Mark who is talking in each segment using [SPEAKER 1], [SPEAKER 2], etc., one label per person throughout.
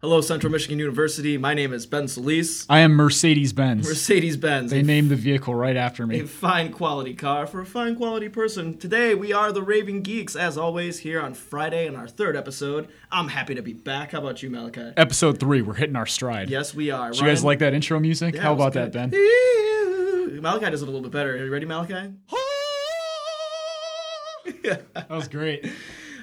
[SPEAKER 1] Hello, Central Michigan University. My name is Ben Solis.
[SPEAKER 2] I am Mercedes Benz.
[SPEAKER 1] Mercedes Benz,
[SPEAKER 2] They named the vehicle right after
[SPEAKER 1] a
[SPEAKER 2] me.
[SPEAKER 1] fine quality car for a fine quality person. Today, we are the Raving Geeks, as always, here on Friday in our third episode. I'm happy to be back. How about you, Malachi?
[SPEAKER 2] Episode three, we're hitting our stride.
[SPEAKER 1] Yes, we are.
[SPEAKER 2] Did you guys like that intro music? How about that, Ben?
[SPEAKER 1] Ben? Malachi does it a little bit better. Are you ready, Malachi?
[SPEAKER 2] That was great.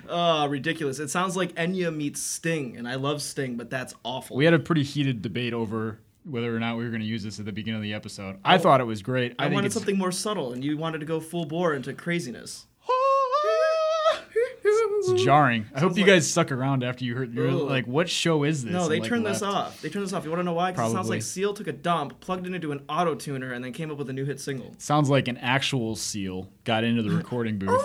[SPEAKER 1] Oh, ridiculous. It sounds like Enya meets Sting, and I love Sting, but that's awful.
[SPEAKER 2] We had a pretty heated debate over whether or not we were going to use this at the beginning of the episode. I thought it was great.
[SPEAKER 1] Oh. I
[SPEAKER 2] think
[SPEAKER 1] wanted
[SPEAKER 2] it's-
[SPEAKER 1] something more subtle, and you wanted to go full bore into craziness.
[SPEAKER 2] It's jarring. I hope you guys suck around after you heard. You're
[SPEAKER 1] Ugh.
[SPEAKER 2] like, what show is this?
[SPEAKER 1] No,
[SPEAKER 2] And,
[SPEAKER 1] they
[SPEAKER 2] like,
[SPEAKER 1] turned this
[SPEAKER 2] left.
[SPEAKER 1] off. They turned this off. You want to know why? Because it sounds
[SPEAKER 2] Probably.
[SPEAKER 1] like Seal took a dump, plugged it into an auto tuner, and then came up with a new hit single.
[SPEAKER 2] Sounds like an actual seal got into the recording booth.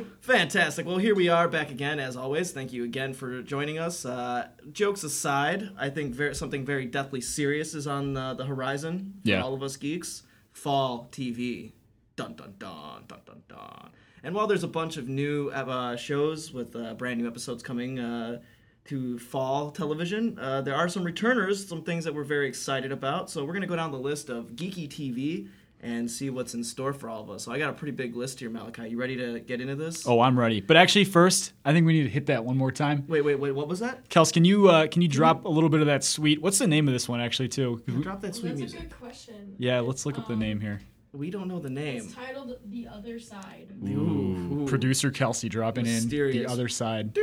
[SPEAKER 1] Fantastic. Well, here we are back again, as always. Thank you again for joining us. Uh, jokes aside, I think ver- something very deathly serious is on the, the horizon for
[SPEAKER 2] Yeah.
[SPEAKER 1] all of us geeks. Fall TV. Dun dun dun dun dun dun. And while there's a bunch of new uh, shows with uh, brand new episodes coming uh, to fall television, uh, there are some returners, some things that we're very excited about. So we're gonna go down the list of geeky TV and see what's in store for all of us. So I got a pretty big list here, Malachi. You ready to get into this?
[SPEAKER 2] oh, I'm ready. But actually, first, I think we need to hit that one more time.
[SPEAKER 1] Wait, wait, wait. What was that?
[SPEAKER 2] Kels, can you uh, can you drop a little bit of that sweet? What's the name of this one actually too? 'Cause we-
[SPEAKER 1] Drop that
[SPEAKER 3] Well,
[SPEAKER 1] sweet
[SPEAKER 3] that's a
[SPEAKER 1] music.
[SPEAKER 3] good question.
[SPEAKER 2] yeah, let's look up the
[SPEAKER 3] Um,
[SPEAKER 2] name here.
[SPEAKER 1] We don't know the
[SPEAKER 3] It's
[SPEAKER 1] name.
[SPEAKER 3] titled The Other Side.
[SPEAKER 1] Ooh.
[SPEAKER 2] Producer Kelsey dropping in
[SPEAKER 1] Mysterious.
[SPEAKER 2] the other side.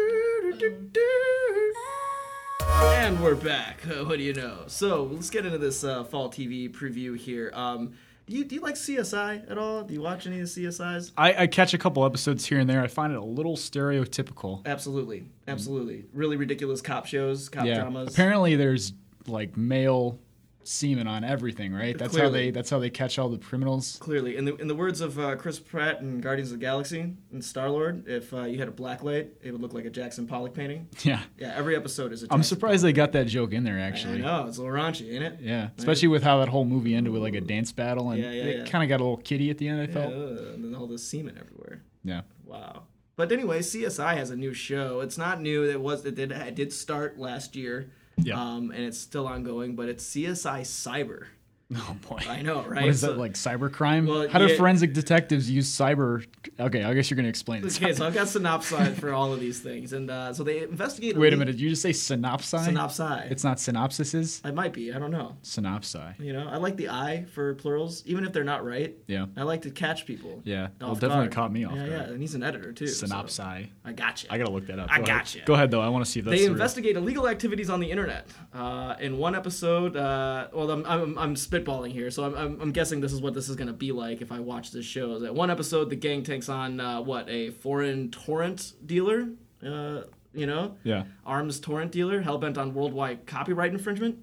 [SPEAKER 1] And we're back. Uh, What do you know? So let's get into this uh, fall TV preview here. Um, do you do you like CSI at all? Do you watch any of the CSIs?
[SPEAKER 2] I, I catch a couple episodes here and there. I find it a little stereotypical.
[SPEAKER 1] Absolutely, absolutely. Really ridiculous cop shows, cop
[SPEAKER 2] yeah.
[SPEAKER 1] dramas.
[SPEAKER 2] Apparently, there's like male semen on everything, right? That's how
[SPEAKER 1] Clearly.
[SPEAKER 2] they that's how they catch all the criminals.
[SPEAKER 1] Clearly, in the in the words of uh, Chris Pratt in Guardians of the Galaxy and Star Lord, if uh, you had a black light, it would look like a Jackson Pollock painting.
[SPEAKER 2] Yeah.
[SPEAKER 1] Yeah, every episode is a.
[SPEAKER 2] I'm
[SPEAKER 1] Jackson
[SPEAKER 2] surprised they got that joke in there
[SPEAKER 1] I
[SPEAKER 2] actually.
[SPEAKER 1] know it's a little raunchy, ain't it?
[SPEAKER 2] Yeah, especially with how that whole movie ended with like a dance battle and
[SPEAKER 1] Yeah, yeah,
[SPEAKER 2] it
[SPEAKER 1] yeah.
[SPEAKER 2] kind of got a little kitty at the end. I
[SPEAKER 1] Ugh,
[SPEAKER 2] felt.
[SPEAKER 1] and then all this semen everywhere.
[SPEAKER 2] yeah.
[SPEAKER 1] Wow. But anyway, CSI has a new show. It's not new. It was it did it did start last year.
[SPEAKER 2] Yeah.
[SPEAKER 1] Um, and it's still ongoing, but it's CSI Cyber.
[SPEAKER 2] Oh boy.
[SPEAKER 1] I know, right?
[SPEAKER 2] What is
[SPEAKER 1] So-
[SPEAKER 2] that like cybercrime?
[SPEAKER 1] Well,
[SPEAKER 2] How do
[SPEAKER 1] yeah.
[SPEAKER 2] forensic detectives use cyber? Okay, I guess you're gonna explain it.
[SPEAKER 1] Okay, so I've got synopsis for all of these things, and uh, so they investigate.
[SPEAKER 2] Wait a
[SPEAKER 1] leak-
[SPEAKER 2] minute, did you just say synopsi?
[SPEAKER 1] Synopsi.
[SPEAKER 2] It's not synopsises.
[SPEAKER 1] I might be. I don't know.
[SPEAKER 2] Synopsi.
[SPEAKER 1] You know, I like the I for plurals, even if they're not right.
[SPEAKER 2] Yeah.
[SPEAKER 1] I like to catch people.
[SPEAKER 2] Yeah. Well,
[SPEAKER 1] off
[SPEAKER 2] definitely
[SPEAKER 1] guard.
[SPEAKER 2] caught me off
[SPEAKER 1] Yeah,
[SPEAKER 2] guard.
[SPEAKER 1] yeah, and he's an editor too. so
[SPEAKER 2] Synopsi.
[SPEAKER 1] I got you.
[SPEAKER 2] I gotta look that up.
[SPEAKER 1] I
[SPEAKER 2] Go ahead.
[SPEAKER 1] gotcha.
[SPEAKER 2] Go ahead though. I want to see if that's
[SPEAKER 1] they
[SPEAKER 2] true.
[SPEAKER 1] investigate illegal activities on the internet. Uh, in one episode, uh, well, I'm, I'm, I'm spitballing here, so I'm, I'm, I'm guessing this is what this is going to be like if I watch this show. Is that one episode, the gang takes on uh, what a foreign torrent dealer, uh, you know,
[SPEAKER 2] Yeah.
[SPEAKER 1] arms torrent dealer, hell bent on worldwide copyright infringement.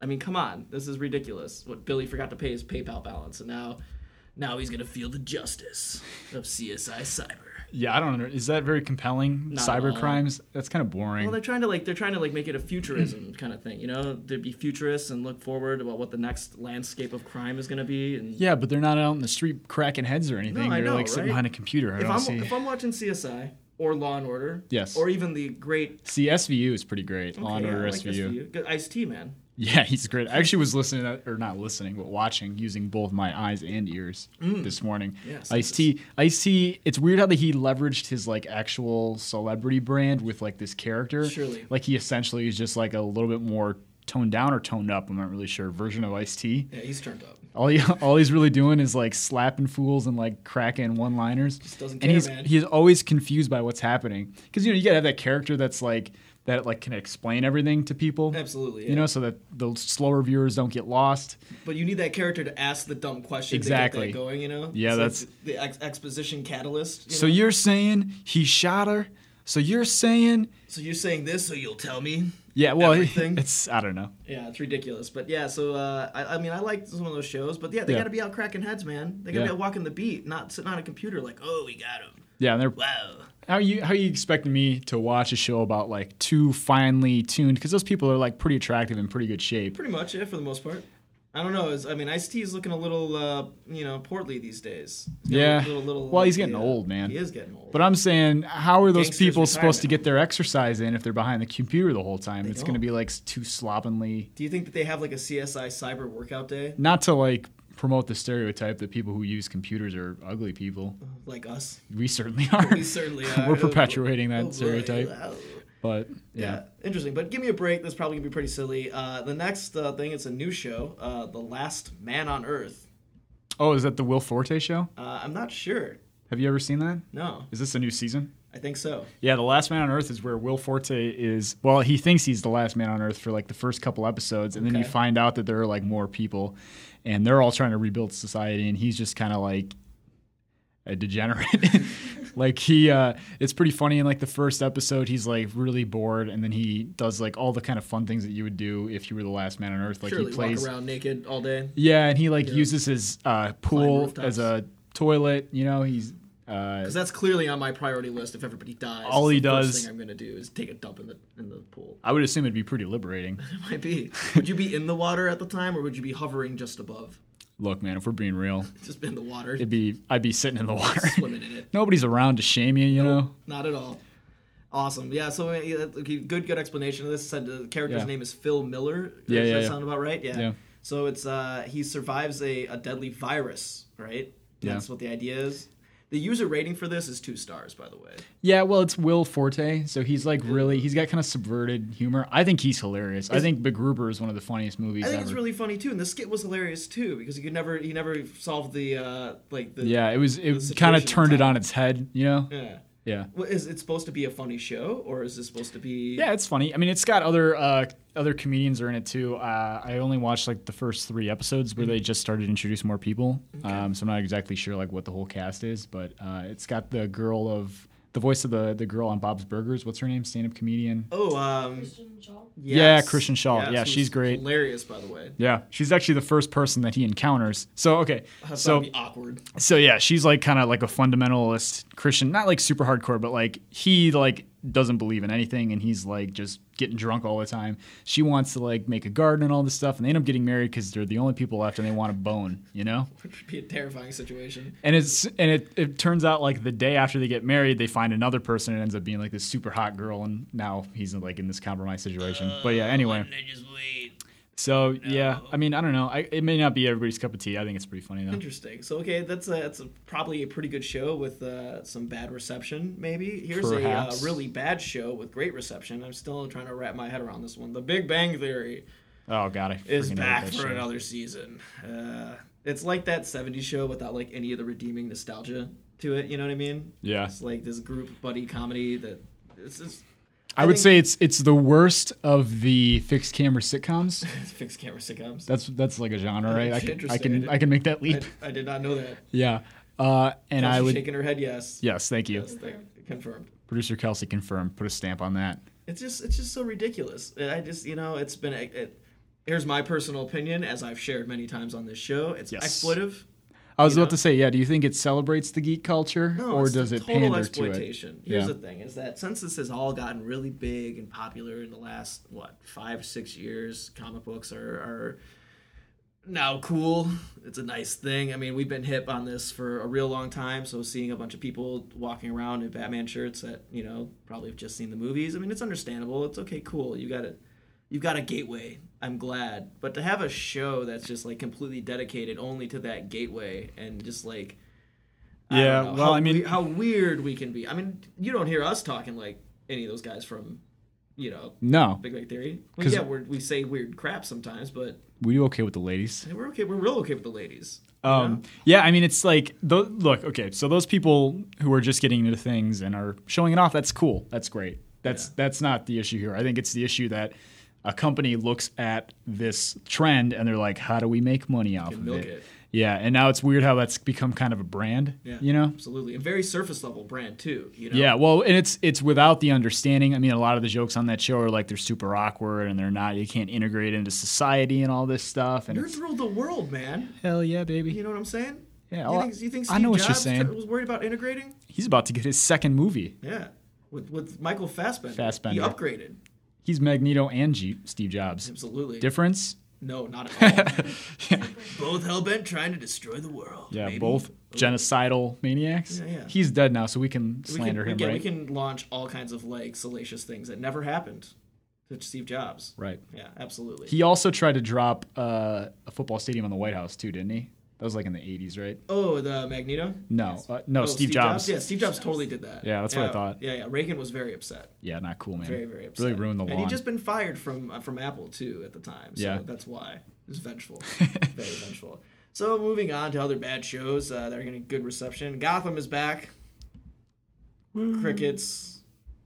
[SPEAKER 1] I mean, come on, this is ridiculous. What Billy forgot to pay his PayPal balance, and now, now he's going to feel the justice of CSI Cyber.
[SPEAKER 2] Yeah, I don't know. Is that very compelling?
[SPEAKER 1] Not at all.
[SPEAKER 2] cyber crimes? That's kind of boring.
[SPEAKER 1] Well, they're trying to like they're trying to like make it a
[SPEAKER 2] Mm.
[SPEAKER 1] futurism kind of thing, you know, to be futurists and look forward about what the next landscape of crime is going to be. And
[SPEAKER 2] yeah, but they're not out in the street cracking heads or anything.
[SPEAKER 1] I
[SPEAKER 2] they're
[SPEAKER 1] know,
[SPEAKER 2] like sitting
[SPEAKER 1] right?
[SPEAKER 2] behind a computer. I
[SPEAKER 1] if
[SPEAKER 2] don't
[SPEAKER 1] I'm
[SPEAKER 2] see.
[SPEAKER 1] if I'm watching CSI or Law and Order,
[SPEAKER 2] Yes.
[SPEAKER 1] or even the great
[SPEAKER 2] see, SVU is pretty great. Law and
[SPEAKER 1] Okay, yeah,
[SPEAKER 2] Order
[SPEAKER 1] I like
[SPEAKER 2] SVU.
[SPEAKER 1] Good- Ice T man.
[SPEAKER 2] Yeah, he's great. I actually was listening, to, or not listening, but watching using both my eyes and ears this morning.
[SPEAKER 1] Mm. Yes,
[SPEAKER 2] Ice T. Ice T. It's weird how that he leveraged his like actual celebrity brand with like this character.
[SPEAKER 1] Surely.
[SPEAKER 2] Like he essentially is just like a little bit more toned down or toned up. I'm not really sure. Version of Ice T.
[SPEAKER 1] Yeah, he's turned up.
[SPEAKER 2] All he, all he's really doing is like slapping fools and like cracking one liners.
[SPEAKER 1] doesn't
[SPEAKER 2] And
[SPEAKER 1] care,
[SPEAKER 2] he's
[SPEAKER 1] man.
[SPEAKER 2] he's always confused by what's happening because you know you gotta have that character that's like that like can explain everything to people.
[SPEAKER 1] Absolutely, yeah.
[SPEAKER 2] You know, so that the slower viewers don't get lost.
[SPEAKER 1] But you need that character to ask the dumb question to
[SPEAKER 2] Exactly.
[SPEAKER 1] get that going, you know.
[SPEAKER 2] Yeah,
[SPEAKER 1] It's like
[SPEAKER 2] that's-
[SPEAKER 1] the ex- exposition catalyst. You
[SPEAKER 2] So
[SPEAKER 1] know?
[SPEAKER 2] you're saying he shot her. So you're saying
[SPEAKER 1] so you're saying this, so you'll tell me.
[SPEAKER 2] yeah. Well,
[SPEAKER 1] Everything.
[SPEAKER 2] it's I don't know.
[SPEAKER 1] Yeah, it's ridiculous. But yeah, so uh, I, I mean, I like some of those shows, but yeah, they
[SPEAKER 2] Yeah.
[SPEAKER 1] got to be out cracking heads, man. They got to
[SPEAKER 2] Yeah.
[SPEAKER 1] be out walking the beat, not sitting on a computer like, oh, we got him.
[SPEAKER 2] Yeah, and they're
[SPEAKER 1] Wow.
[SPEAKER 2] How you how you expecting me to watch a show about like two finely tuned because those people are like pretty attractive and pretty good shape.
[SPEAKER 1] Pretty much, yeah, for the most part. I don't know. Is I mean, Ice T is looking a little, uh, you know, portly these days. He's got a
[SPEAKER 2] Yeah.
[SPEAKER 1] Little, little,
[SPEAKER 2] Well, he's getting old, man.
[SPEAKER 1] He is getting old.
[SPEAKER 2] But uh, I'm saying, how are those
[SPEAKER 1] Gangsters
[SPEAKER 2] people
[SPEAKER 1] retirement
[SPEAKER 2] supposed to get their exercise in if they're behind the computer the whole time? it's going to
[SPEAKER 1] don't.
[SPEAKER 2] be like s- too slovenly.
[SPEAKER 1] Do you think that they have like a CSI cyber workout day,
[SPEAKER 2] Not to like promote the stereotype that people who use computers are ugly people.
[SPEAKER 1] like us?
[SPEAKER 2] We certainly are.
[SPEAKER 1] We certainly are.
[SPEAKER 2] We're perpetuating that
[SPEAKER 1] Oh, boy.
[SPEAKER 2] stereotype.
[SPEAKER 1] Oh.
[SPEAKER 2] But
[SPEAKER 1] Yeah.
[SPEAKER 2] yeah.
[SPEAKER 1] interesting. But give me a break. That's probably gonna be pretty silly. Uh, the next uh, thing, it's a new show, uh, The Last Man on Earth.
[SPEAKER 2] Oh, is that the Will Forte show?
[SPEAKER 1] Uh, I'm not sure.
[SPEAKER 2] Have you ever seen that?
[SPEAKER 1] No,
[SPEAKER 2] Is this a new season?
[SPEAKER 1] I think so.
[SPEAKER 2] Yeah, The Last Man on Earth is where Will Forte is. Well, he thinks he's the last man on Earth for like the first couple episodes, and then you
[SPEAKER 1] Okay.
[SPEAKER 2] find out that there are like more people, and they're all trying to rebuild society, and he's just kind of like a degenerate. like he, uh, it's pretty funny. In like the first episode, he's like really bored, and then he does like all the kind of fun things that you would do if you were the last man on Earth. Like
[SPEAKER 1] Surely
[SPEAKER 2] he plays,
[SPEAKER 1] walk around naked all day.
[SPEAKER 2] yeah, and he like uses his uh, pool
[SPEAKER 1] rooftops.
[SPEAKER 2] as a toilet. You know, he's. Uh,
[SPEAKER 1] Because that's clearly on my priority list. If everybody dies,
[SPEAKER 2] All
[SPEAKER 1] it's
[SPEAKER 2] he
[SPEAKER 1] the first
[SPEAKER 2] does-
[SPEAKER 1] thing I'm gonna do is take a dump in the in the pool.
[SPEAKER 2] I would assume it'd be pretty liberating.
[SPEAKER 1] It might be. Would you be in the water at the time, or would you be hovering just above?
[SPEAKER 2] Look, man, if we're being real,
[SPEAKER 1] Just be in the water,
[SPEAKER 2] it'd be I'd be sitting in the water.
[SPEAKER 1] swimming in it.
[SPEAKER 2] Nobody's around to shame you, you know.
[SPEAKER 1] Not at all. Awesome. Yeah. So uh, yeah, that- okay, good, good explanation of this. Said the character's
[SPEAKER 2] Yeah.
[SPEAKER 1] name is Phil Miller.
[SPEAKER 2] Yeah,
[SPEAKER 1] Does
[SPEAKER 2] yeah,
[SPEAKER 1] that
[SPEAKER 2] yeah.
[SPEAKER 1] sound about right? Yeah.
[SPEAKER 2] Yeah.
[SPEAKER 1] So it's uh, he survives a, a deadly virus, right?
[SPEAKER 2] Yeah.
[SPEAKER 1] That's what the idea is. The user rating for this is two stars, by the way.
[SPEAKER 2] Yeah, well, it's Will Forte, so he's like really he's got kind of subverted humor. I think he's hilarious. I think Big Grouper is one of the funniest movies
[SPEAKER 1] I think
[SPEAKER 2] ever.
[SPEAKER 1] it's really funny too, and the skit was hilarious too because he could never he never solved the uh, like the
[SPEAKER 2] yeah, it was
[SPEAKER 1] The
[SPEAKER 2] it kind of
[SPEAKER 1] situation
[SPEAKER 2] turned
[SPEAKER 1] on
[SPEAKER 2] it
[SPEAKER 1] top.
[SPEAKER 2] on its head, you know.
[SPEAKER 1] Yeah.
[SPEAKER 2] Yeah.
[SPEAKER 1] Well, is it supposed to be a funny show or is this supposed to be?
[SPEAKER 2] Yeah, it's funny. I mean, it's got other uh, other comedians are in it too. Uh, I only watched like the first three episodes where they just started to introduce more people. Um, so I'm not exactly sure like what the whole cast is, but uh, it's got the girl of the voice of the the girl on Bob's Burgers. What's her name? Stand up comedian.
[SPEAKER 1] Oh, um,
[SPEAKER 3] Christian Shaw.
[SPEAKER 2] Yeah,
[SPEAKER 1] yes.
[SPEAKER 2] Christian Shaw. Yeah,
[SPEAKER 1] who's
[SPEAKER 2] she's great.
[SPEAKER 1] Hilarious, by the way.
[SPEAKER 2] Yeah, she's actually the first person that he encounters. So okay,
[SPEAKER 1] That's
[SPEAKER 2] so
[SPEAKER 1] to be awkward.
[SPEAKER 2] so yeah, she's like kind of like a fundamentalist Christian, not like super hardcore, but like he like doesn't believe in anything and he's like just getting drunk all the time. She wants to like make a garden and all this stuff and they end up getting married cuz they're the only people left and they want to bone, you know?
[SPEAKER 1] Which would be a terrifying situation.
[SPEAKER 2] And it's and it it turns out like the day after they get married, they find another person and it ends up being like this super hot girl and now he's like in this compromised situation.
[SPEAKER 1] Oh,
[SPEAKER 2] but yeah, anyway. So yeah, I mean, I don't know. I, it may not be everybody's cup of tea. I think it's pretty funny though.
[SPEAKER 1] Interesting. So okay, that's a, that's a, probably a pretty good show with uh, some bad reception. Maybe here's a
[SPEAKER 2] Perhaps.
[SPEAKER 1] uh, really bad show with great reception. I'm still trying to wrap my head around this one. The Big Bang Theory
[SPEAKER 2] Oh god, I
[SPEAKER 1] is
[SPEAKER 2] freaking
[SPEAKER 1] back
[SPEAKER 2] hate that
[SPEAKER 1] for
[SPEAKER 2] show.
[SPEAKER 1] another season. Uh, it's like that '70s show without like any of the redeeming nostalgia to it. You know what I mean?
[SPEAKER 2] Yeah.
[SPEAKER 1] It's like this group buddy comedy that it's just
[SPEAKER 2] I would
[SPEAKER 1] think-
[SPEAKER 2] say it's it's the worst of the fixed camera sitcoms.
[SPEAKER 1] it's fixed camera sitcoms.
[SPEAKER 2] That's that's like a genre, right? I
[SPEAKER 1] That's
[SPEAKER 2] can I
[SPEAKER 1] interesting.
[SPEAKER 2] can I can make that
[SPEAKER 1] I,
[SPEAKER 2] leap.
[SPEAKER 1] I did not know that.
[SPEAKER 2] Yeah. Uh, and I
[SPEAKER 1] She's
[SPEAKER 2] would
[SPEAKER 1] shaking her head yes.
[SPEAKER 2] yes, thank you.
[SPEAKER 1] Yes, they- confirmed.
[SPEAKER 2] Producer Kelsey confirmed. Put a stamp on that.
[SPEAKER 1] It's just it's just so ridiculous. I just you know it's been it, it, here's my personal opinion as I've shared many times on this show. It's
[SPEAKER 2] Yes.
[SPEAKER 1] expletive.
[SPEAKER 2] I was
[SPEAKER 1] You
[SPEAKER 2] about
[SPEAKER 1] know?
[SPEAKER 2] to say, yeah. Do you think it celebrates the geek culture,
[SPEAKER 1] No,
[SPEAKER 2] or
[SPEAKER 1] it's
[SPEAKER 2] does
[SPEAKER 1] the
[SPEAKER 2] it
[SPEAKER 1] total
[SPEAKER 2] pander to it?
[SPEAKER 1] exploitation. Here's
[SPEAKER 2] Yeah.
[SPEAKER 1] the thing: is that since this has all gotten really big and popular in the last what five six years, comic books are are now cool. It's a nice thing. I mean, we've been hip on this for a real long time. So seeing a bunch of people walking around in Batman shirts that you know probably have just seen the movies. I mean, it's understandable. It's okay, cool. You got it. You've got a gateway. I'm glad, but to have a show that's just like completely dedicated only to that gateway and just like I
[SPEAKER 2] Yeah,
[SPEAKER 1] don't know how
[SPEAKER 2] well, I mean-
[SPEAKER 1] we- how weird we can be. I mean, you don't hear us talking like any of those guys from, you know,
[SPEAKER 2] No,
[SPEAKER 1] Big Bang Theory. Well,
[SPEAKER 2] 'Cause-
[SPEAKER 1] yeah, we're, we say weird crap sometimes, but
[SPEAKER 2] were you okay with the ladies?
[SPEAKER 1] we're okay. We're real okay with the ladies. you know?
[SPEAKER 2] Um, yeah. I mean, it's like tho- look, okay. So those people who are just getting into things and are showing it off, that's cool. That's great. That's that's not the issue here. I think it's the issue that a company looks at this trend and they're like, how do we make money off of
[SPEAKER 1] milk
[SPEAKER 2] it?
[SPEAKER 1] it.
[SPEAKER 2] Yeah, and now it's weird how that's become kind of a brand.
[SPEAKER 1] Yeah,
[SPEAKER 2] You know.
[SPEAKER 1] absolutely, and very surface level brand too. You know,
[SPEAKER 2] Yeah, well, and it's it's without the understanding. I mean, a lot of the jokes on that show are like they're super awkward and they're not. You can't integrate into society and all this stuff. And
[SPEAKER 1] you're
[SPEAKER 2] it's,
[SPEAKER 1] through the world, man.
[SPEAKER 2] hell yeah, baby.
[SPEAKER 1] You know what I'm saying?
[SPEAKER 2] Yeah,
[SPEAKER 1] you
[SPEAKER 2] well,
[SPEAKER 1] think, you think Steve
[SPEAKER 2] I know what
[SPEAKER 1] Jobs
[SPEAKER 2] you're saying.
[SPEAKER 1] was worried about integrating?
[SPEAKER 2] He's about to get his second movie.
[SPEAKER 1] Yeah, with with Michael Fassbender,
[SPEAKER 2] Fassbender.
[SPEAKER 1] he upgraded
[SPEAKER 2] He's Magneto and Jeep, Steve Jobs.
[SPEAKER 1] absolutely.
[SPEAKER 2] Difference?
[SPEAKER 1] No, not at all.
[SPEAKER 2] yeah,
[SPEAKER 1] both hellbent trying to destroy the world.
[SPEAKER 2] yeah,
[SPEAKER 1] maybe.
[SPEAKER 2] both genocidal maniacs.
[SPEAKER 1] Yeah, yeah.
[SPEAKER 2] He's dead now, so we can
[SPEAKER 1] We can,
[SPEAKER 2] slander
[SPEAKER 1] we,
[SPEAKER 2] him,
[SPEAKER 1] can,
[SPEAKER 2] right?
[SPEAKER 1] we can launch all kinds of like salacious things that never happened to Steve Jobs.
[SPEAKER 2] Right.
[SPEAKER 1] Yeah, absolutely.
[SPEAKER 2] He also tried to drop uh, a football stadium on the White House too, didn't he? That was like in the '80s, right?
[SPEAKER 1] oh, the Magneto.
[SPEAKER 2] No, uh, no,
[SPEAKER 1] Oh,
[SPEAKER 2] Steve, Jobs.
[SPEAKER 1] Yeah, Steve Jobs totally did that.
[SPEAKER 2] Yeah, that's what I thought.
[SPEAKER 1] Yeah, yeah. Reagan was very upset.
[SPEAKER 2] Yeah, not cool, man.
[SPEAKER 1] Very, very upset.
[SPEAKER 2] Really ruined the
[SPEAKER 1] And
[SPEAKER 2] lawn.
[SPEAKER 1] he'd just been fired from uh, from Apple too at the time. So
[SPEAKER 2] Yeah.
[SPEAKER 1] that's why. It was vengeful. very vengeful. So moving on to other bad shows uh, that are getting good reception. Gotham is back. Crickets.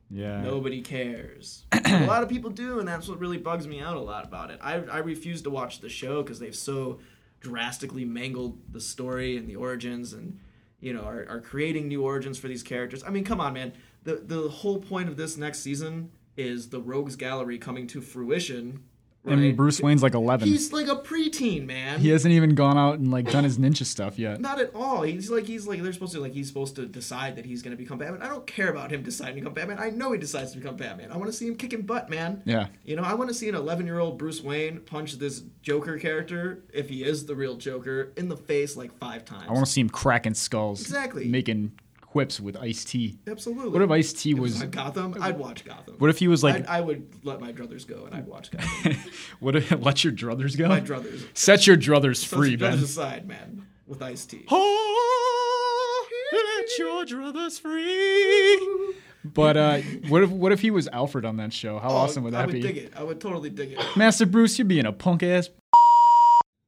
[SPEAKER 2] yeah.
[SPEAKER 1] Nobody cares. a lot of people do, and that's what really bugs me out a lot about it. I, I refuse to watch the show because they've so drastically mangled the story and the origins and, you know, are, are creating new origins for these characters. I mean, come on, man. The, the whole point of this next season is the Rogues Gallery coming to fruition. Right?
[SPEAKER 2] And Bruce Wayne's like 11.
[SPEAKER 1] He's like a preteen, man.
[SPEAKER 2] he hasn't even gone out and like done his ninja stuff yet.
[SPEAKER 1] Not at all. He's like he's like they're supposed to like he's supposed to decide that he's gonna become Batman. I don't care about him deciding to become Batman. I know he decides to become Batman. I want to see him kicking butt, man.
[SPEAKER 2] Yeah.
[SPEAKER 1] You know, I want to see an 11 year old Bruce Wayne punch this Joker character, if he is the real Joker, in the face like five times.
[SPEAKER 2] I want to see him cracking skulls.
[SPEAKER 1] Exactly.
[SPEAKER 2] Making quips with Ice T.
[SPEAKER 1] Absolutely.
[SPEAKER 2] What if Ice T
[SPEAKER 1] If it
[SPEAKER 2] was?
[SPEAKER 1] on Gotham? I'd watch Gotham.
[SPEAKER 2] What if he was like?
[SPEAKER 1] I'd, I would let my druthers go and I'd watch Gotham.
[SPEAKER 2] What if let your druthers go?
[SPEAKER 1] my druthers.
[SPEAKER 2] Set your druthers
[SPEAKER 1] Set
[SPEAKER 2] free,
[SPEAKER 1] your
[SPEAKER 2] Ben.
[SPEAKER 1] druthers aside, man. With Ice T.
[SPEAKER 2] Oh, let your druthers free. But uh, what if what if he was Alfred on that show? How awesome would
[SPEAKER 1] I
[SPEAKER 2] that
[SPEAKER 1] would
[SPEAKER 2] be?
[SPEAKER 1] dig it. I would totally dig it.
[SPEAKER 2] Master Bruce, you're being a punk ass.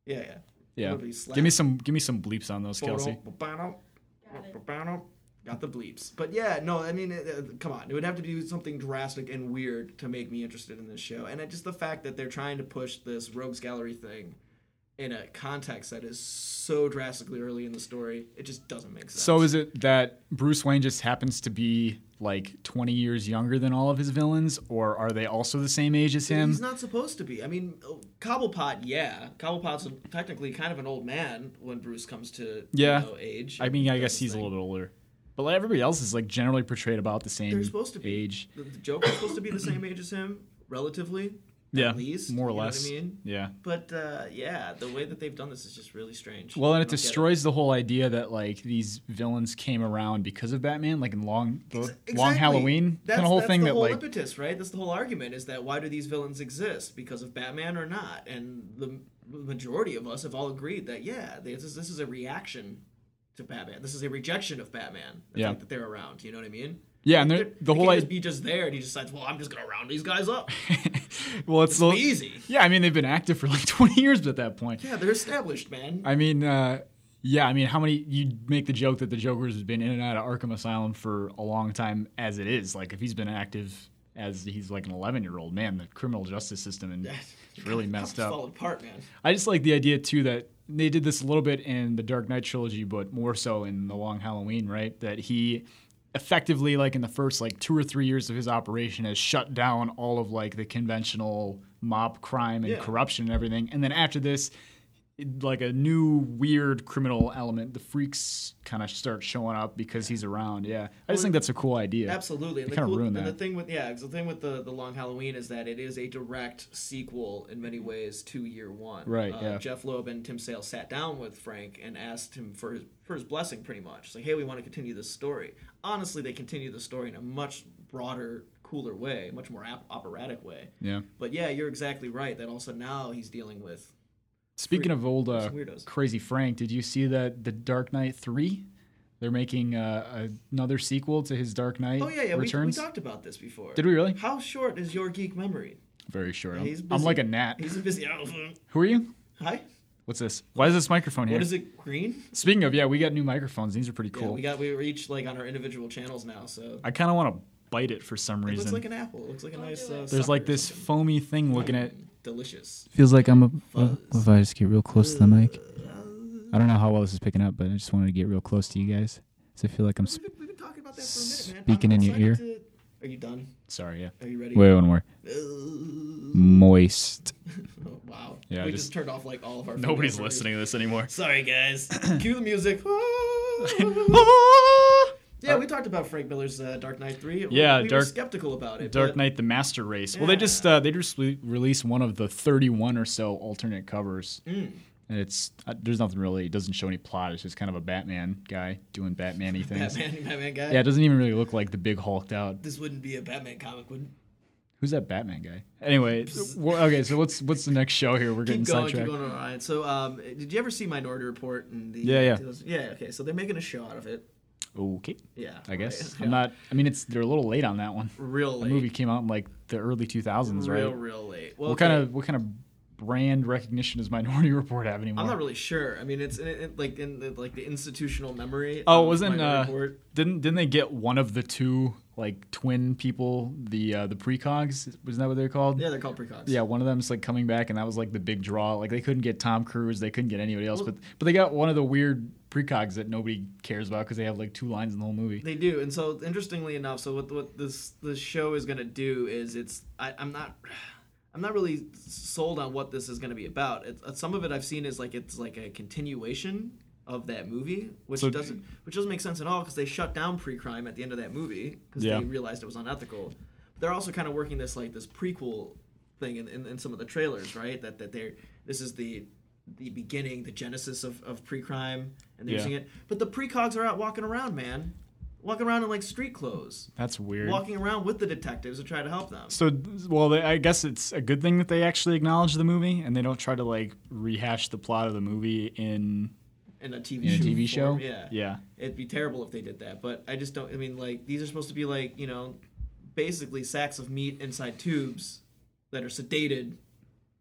[SPEAKER 1] Yeah, yeah.
[SPEAKER 2] Yeah.
[SPEAKER 1] Would be slap.
[SPEAKER 2] Give me some give me some bleeps on those, Kelsey.
[SPEAKER 1] Ba-ba-ba-ba-ba.
[SPEAKER 3] Got it.
[SPEAKER 1] Got the bleeps. But yeah, no, I mean, it, uh, come on. It would have to do something drastic and weird to make me interested in this show. And it, just the fact that they're trying to push this Rogues Gallery thing in a context that is so drastically early in the story, it just doesn't make sense.
[SPEAKER 2] So is it that Bruce Wayne just happens to be like 20 years younger than all of his villains, or are they also the same age as him?
[SPEAKER 1] He's not supposed to be. I mean, oh, Cobblepot, yeah. Cobblepot's technically kind of an old man when Bruce comes to you
[SPEAKER 2] Yeah.
[SPEAKER 1] know, age.
[SPEAKER 2] I mean, I
[SPEAKER 1] Does
[SPEAKER 2] guess
[SPEAKER 1] his
[SPEAKER 2] he's a
[SPEAKER 1] thing.
[SPEAKER 2] little bit older, but like everybody else is like generally portrayed about the same
[SPEAKER 1] They're supposed to be.
[SPEAKER 2] age.
[SPEAKER 1] The, the Joker's supposed to be the same age as him, relatively.
[SPEAKER 2] Yeah,
[SPEAKER 1] at least,
[SPEAKER 2] more or
[SPEAKER 1] you know what
[SPEAKER 2] less.
[SPEAKER 1] I mean,
[SPEAKER 2] Yeah.
[SPEAKER 1] But uh, yeah, the way that they've done this is just really strange.
[SPEAKER 2] Well, and
[SPEAKER 1] I
[SPEAKER 2] it
[SPEAKER 1] don't get
[SPEAKER 2] destroys the whole idea that like these villains came around because of Batman, like in long, the
[SPEAKER 1] Exactly.
[SPEAKER 2] long Halloween
[SPEAKER 1] That's-
[SPEAKER 2] kind of whole
[SPEAKER 1] that's
[SPEAKER 2] thing
[SPEAKER 1] the
[SPEAKER 2] that
[SPEAKER 1] whole
[SPEAKER 2] like
[SPEAKER 1] impetus, right? That's the whole argument is that why do these villains exist because of Batman or not? And the m- majority of us have all agreed that yeah, this is this is a reaction to Batman. This is a rejection of Batman. The
[SPEAKER 2] Yeah.
[SPEAKER 1] fact that they're around. You know what I mean?
[SPEAKER 2] yeah, and they're, the
[SPEAKER 1] They
[SPEAKER 2] whole
[SPEAKER 1] can't just
[SPEAKER 2] idea.
[SPEAKER 1] be just there, and he decides, well, I'm just gonna round these guys up.
[SPEAKER 2] well, it's, the,
[SPEAKER 1] Easy.
[SPEAKER 2] yeah. I mean, they've been active for like twenty years at that point.
[SPEAKER 1] Yeah, they're established, man.
[SPEAKER 2] I mean, uh, yeah, I mean, how many? You make the joke that the Joker's has been in and out of Arkham Asylum for a long time, as it is. Like, if he's been active as he's like an 11 year old, man, the criminal justice system and it's really messed
[SPEAKER 1] It's
[SPEAKER 2] up.
[SPEAKER 1] Fall apart, man.
[SPEAKER 2] I just like the idea too that they did this a little bit in the Dark Knight trilogy, but more so in the Long Halloween, right? That he effectively, like in the first like two or three years of his operation, has shut down all of like the conventional mob crime and
[SPEAKER 1] Yeah.
[SPEAKER 2] corruption and everything. And then after this, it- like a new weird criminal element, the freaks kind of start showing up because he's around. Yeah, I just think that's a cool idea.
[SPEAKER 1] Absolutely, and
[SPEAKER 2] They
[SPEAKER 1] the,
[SPEAKER 2] kinda
[SPEAKER 1] cool,
[SPEAKER 2] ruined
[SPEAKER 1] and the
[SPEAKER 2] that.
[SPEAKER 1] thing with yeah, 'cause the thing with the the Long Halloween is that it is a direct sequel in many ways to Year One.
[SPEAKER 2] Right,
[SPEAKER 1] Uh,
[SPEAKER 2] yeah.
[SPEAKER 1] Jeff Loeb and Tim Sale sat down with Frank and asked him for his for his blessing, pretty much. It's like, hey, we want to continue this story. Honestly, they continue the story in a much broader, cooler way, much more ap- operatic way.
[SPEAKER 2] Yeah.
[SPEAKER 1] But yeah, you're exactly right. That also now he's dealing with
[SPEAKER 2] Speaking of old uh,
[SPEAKER 1] Some weirdos.
[SPEAKER 2] crazy Frank, did you see that the Dark Knight three? They're making uh, another sequel to his Dark Knight
[SPEAKER 1] oh yeah yeah we, we
[SPEAKER 2] Returns.
[SPEAKER 1] talked about this before.
[SPEAKER 2] Did we really?
[SPEAKER 1] How short is your geek memory?
[SPEAKER 2] Very short. I'm,
[SPEAKER 1] He's
[SPEAKER 2] I'm
[SPEAKER 1] busy.
[SPEAKER 2] like a gnat.
[SPEAKER 1] He's a busy.
[SPEAKER 2] Who are you?
[SPEAKER 1] Hi.
[SPEAKER 2] What's this? Why is this microphone here?
[SPEAKER 1] What is it? Green.
[SPEAKER 2] Speaking of, yeah, we got new microphones. These are pretty
[SPEAKER 1] Yeah,
[SPEAKER 2] cool.
[SPEAKER 1] we got we were each like on our individual channels now, so
[SPEAKER 2] I kind of want to bite it for some
[SPEAKER 1] it looks
[SPEAKER 2] reason.
[SPEAKER 1] like an apple. It looks like a
[SPEAKER 3] Don't
[SPEAKER 1] nice.
[SPEAKER 3] do
[SPEAKER 1] Uh,
[SPEAKER 3] it.
[SPEAKER 2] There's
[SPEAKER 1] sucker
[SPEAKER 2] like
[SPEAKER 1] or
[SPEAKER 2] this
[SPEAKER 1] something.
[SPEAKER 2] foamy thing looking at.
[SPEAKER 1] delicious.
[SPEAKER 4] Feels like I'm a.
[SPEAKER 1] Fuzz.
[SPEAKER 4] If I just get real close to the mic, I don't know how well this is picking up, but I just wanted to get real close to you guys. So I feel like I'm.
[SPEAKER 1] We've
[SPEAKER 4] Sp-
[SPEAKER 1] been, we've been talking about that for a minute, man.
[SPEAKER 4] Speaking
[SPEAKER 1] I'm
[SPEAKER 4] in your ear.
[SPEAKER 1] excited to- Are you done?
[SPEAKER 2] Sorry, yeah.
[SPEAKER 1] Are you ready?
[SPEAKER 4] Wait, one more.
[SPEAKER 1] Uh,
[SPEAKER 4] Moist.
[SPEAKER 1] oh, wow.
[SPEAKER 2] Yeah,
[SPEAKER 1] we
[SPEAKER 2] just-
[SPEAKER 1] just, turned off like all of our.
[SPEAKER 2] Nobody's
[SPEAKER 1] videos.
[SPEAKER 2] listening to this anymore.
[SPEAKER 1] Sorry guys. Cue the music.
[SPEAKER 2] Ah!
[SPEAKER 1] yeah, we talked about Frank Miller's uh, Dark Knight Three. We-
[SPEAKER 2] Yeah,
[SPEAKER 1] we were
[SPEAKER 2] Dark-
[SPEAKER 1] skeptical about it.
[SPEAKER 2] Dark
[SPEAKER 1] but-
[SPEAKER 2] Knight: The Master Race. Well, they just uh, they just re- released one of the 31 or so alternate covers,
[SPEAKER 1] Mm.
[SPEAKER 2] and it's uh, there's nothing really. It doesn't show any plot. It's just kind of a Batman guy doing Batman-y things.
[SPEAKER 1] Batman, Batman guy.
[SPEAKER 2] Yeah, it doesn't even really look like the big hulked out.
[SPEAKER 1] This wouldn't be a Batman comic, would?
[SPEAKER 2] Who's that Batman guy? Anyway, well, okay. So what's what's the next show here? We're getting
[SPEAKER 1] Keep going, keep
[SPEAKER 2] sidetracked.
[SPEAKER 1] going. All right. So, um, did you ever see Minority Report? And the
[SPEAKER 2] Yeah, yeah.
[SPEAKER 1] yeah. Okay, so they're making a show out of it.
[SPEAKER 2] Okay,
[SPEAKER 1] Yeah,
[SPEAKER 2] I guess
[SPEAKER 1] right.
[SPEAKER 2] I'm not. I mean, it's they're a little late on that one.
[SPEAKER 1] real
[SPEAKER 2] The
[SPEAKER 1] late.
[SPEAKER 2] movie came out in like the early 2000s, right?
[SPEAKER 1] real, real late. Well,
[SPEAKER 2] What kind of what kind of brand recognition does Minority Report have anymore?
[SPEAKER 1] I'm not really sure. I mean, it's in, in, like in the, like the institutional memory.
[SPEAKER 2] Oh,
[SPEAKER 1] of
[SPEAKER 2] wasn't
[SPEAKER 1] Minority
[SPEAKER 2] uh,
[SPEAKER 1] Report.
[SPEAKER 2] didn't didn't they get one of the two like twin people the uh, the precogs? Wasn't that what they're called?
[SPEAKER 1] Yeah, they're called precogs.
[SPEAKER 2] Yeah, one of them's like coming back, and that was like the big draw. Like they couldn't get Tom Cruise, they couldn't get anybody else, but but they got one of the weird precogs that nobody cares about because they have like two lines in the whole movie.
[SPEAKER 1] They do, and so interestingly enough, so what what this this show is gonna do is it's I, I'm not I'm not really sold on what this is gonna be about. It's uh, some of it I've seen is like it's like a continuation of that movie, which
[SPEAKER 2] So-
[SPEAKER 1] doesn't which doesn't make sense at all because they shut down pre-crime at the end of that movie because
[SPEAKER 2] Yeah.
[SPEAKER 1] they realized it was unethical. They're also kind of working this like this prequel thing in, in, in some of the trailers, right? That that they're this is the the beginning, the genesis of, of pre-crime, and they're
[SPEAKER 2] Yeah.
[SPEAKER 1] using it. But the precogs are out walking around, man, walking around in like street clothes,
[SPEAKER 2] That's weird.
[SPEAKER 1] walking around with the detectives to try to help them.
[SPEAKER 2] so well, they, I guess it's a good thing that they actually acknowledge the movie and they don't try to like rehash the plot of the movie in
[SPEAKER 1] In a TV
[SPEAKER 2] in a
[SPEAKER 1] show.
[SPEAKER 2] TV show.
[SPEAKER 1] form, Yeah.
[SPEAKER 2] yeah.
[SPEAKER 1] It'd be terrible if they did that, but I just don't. I mean, like these are supposed to be like you know, basically sacks of meat inside tubes that are sedated.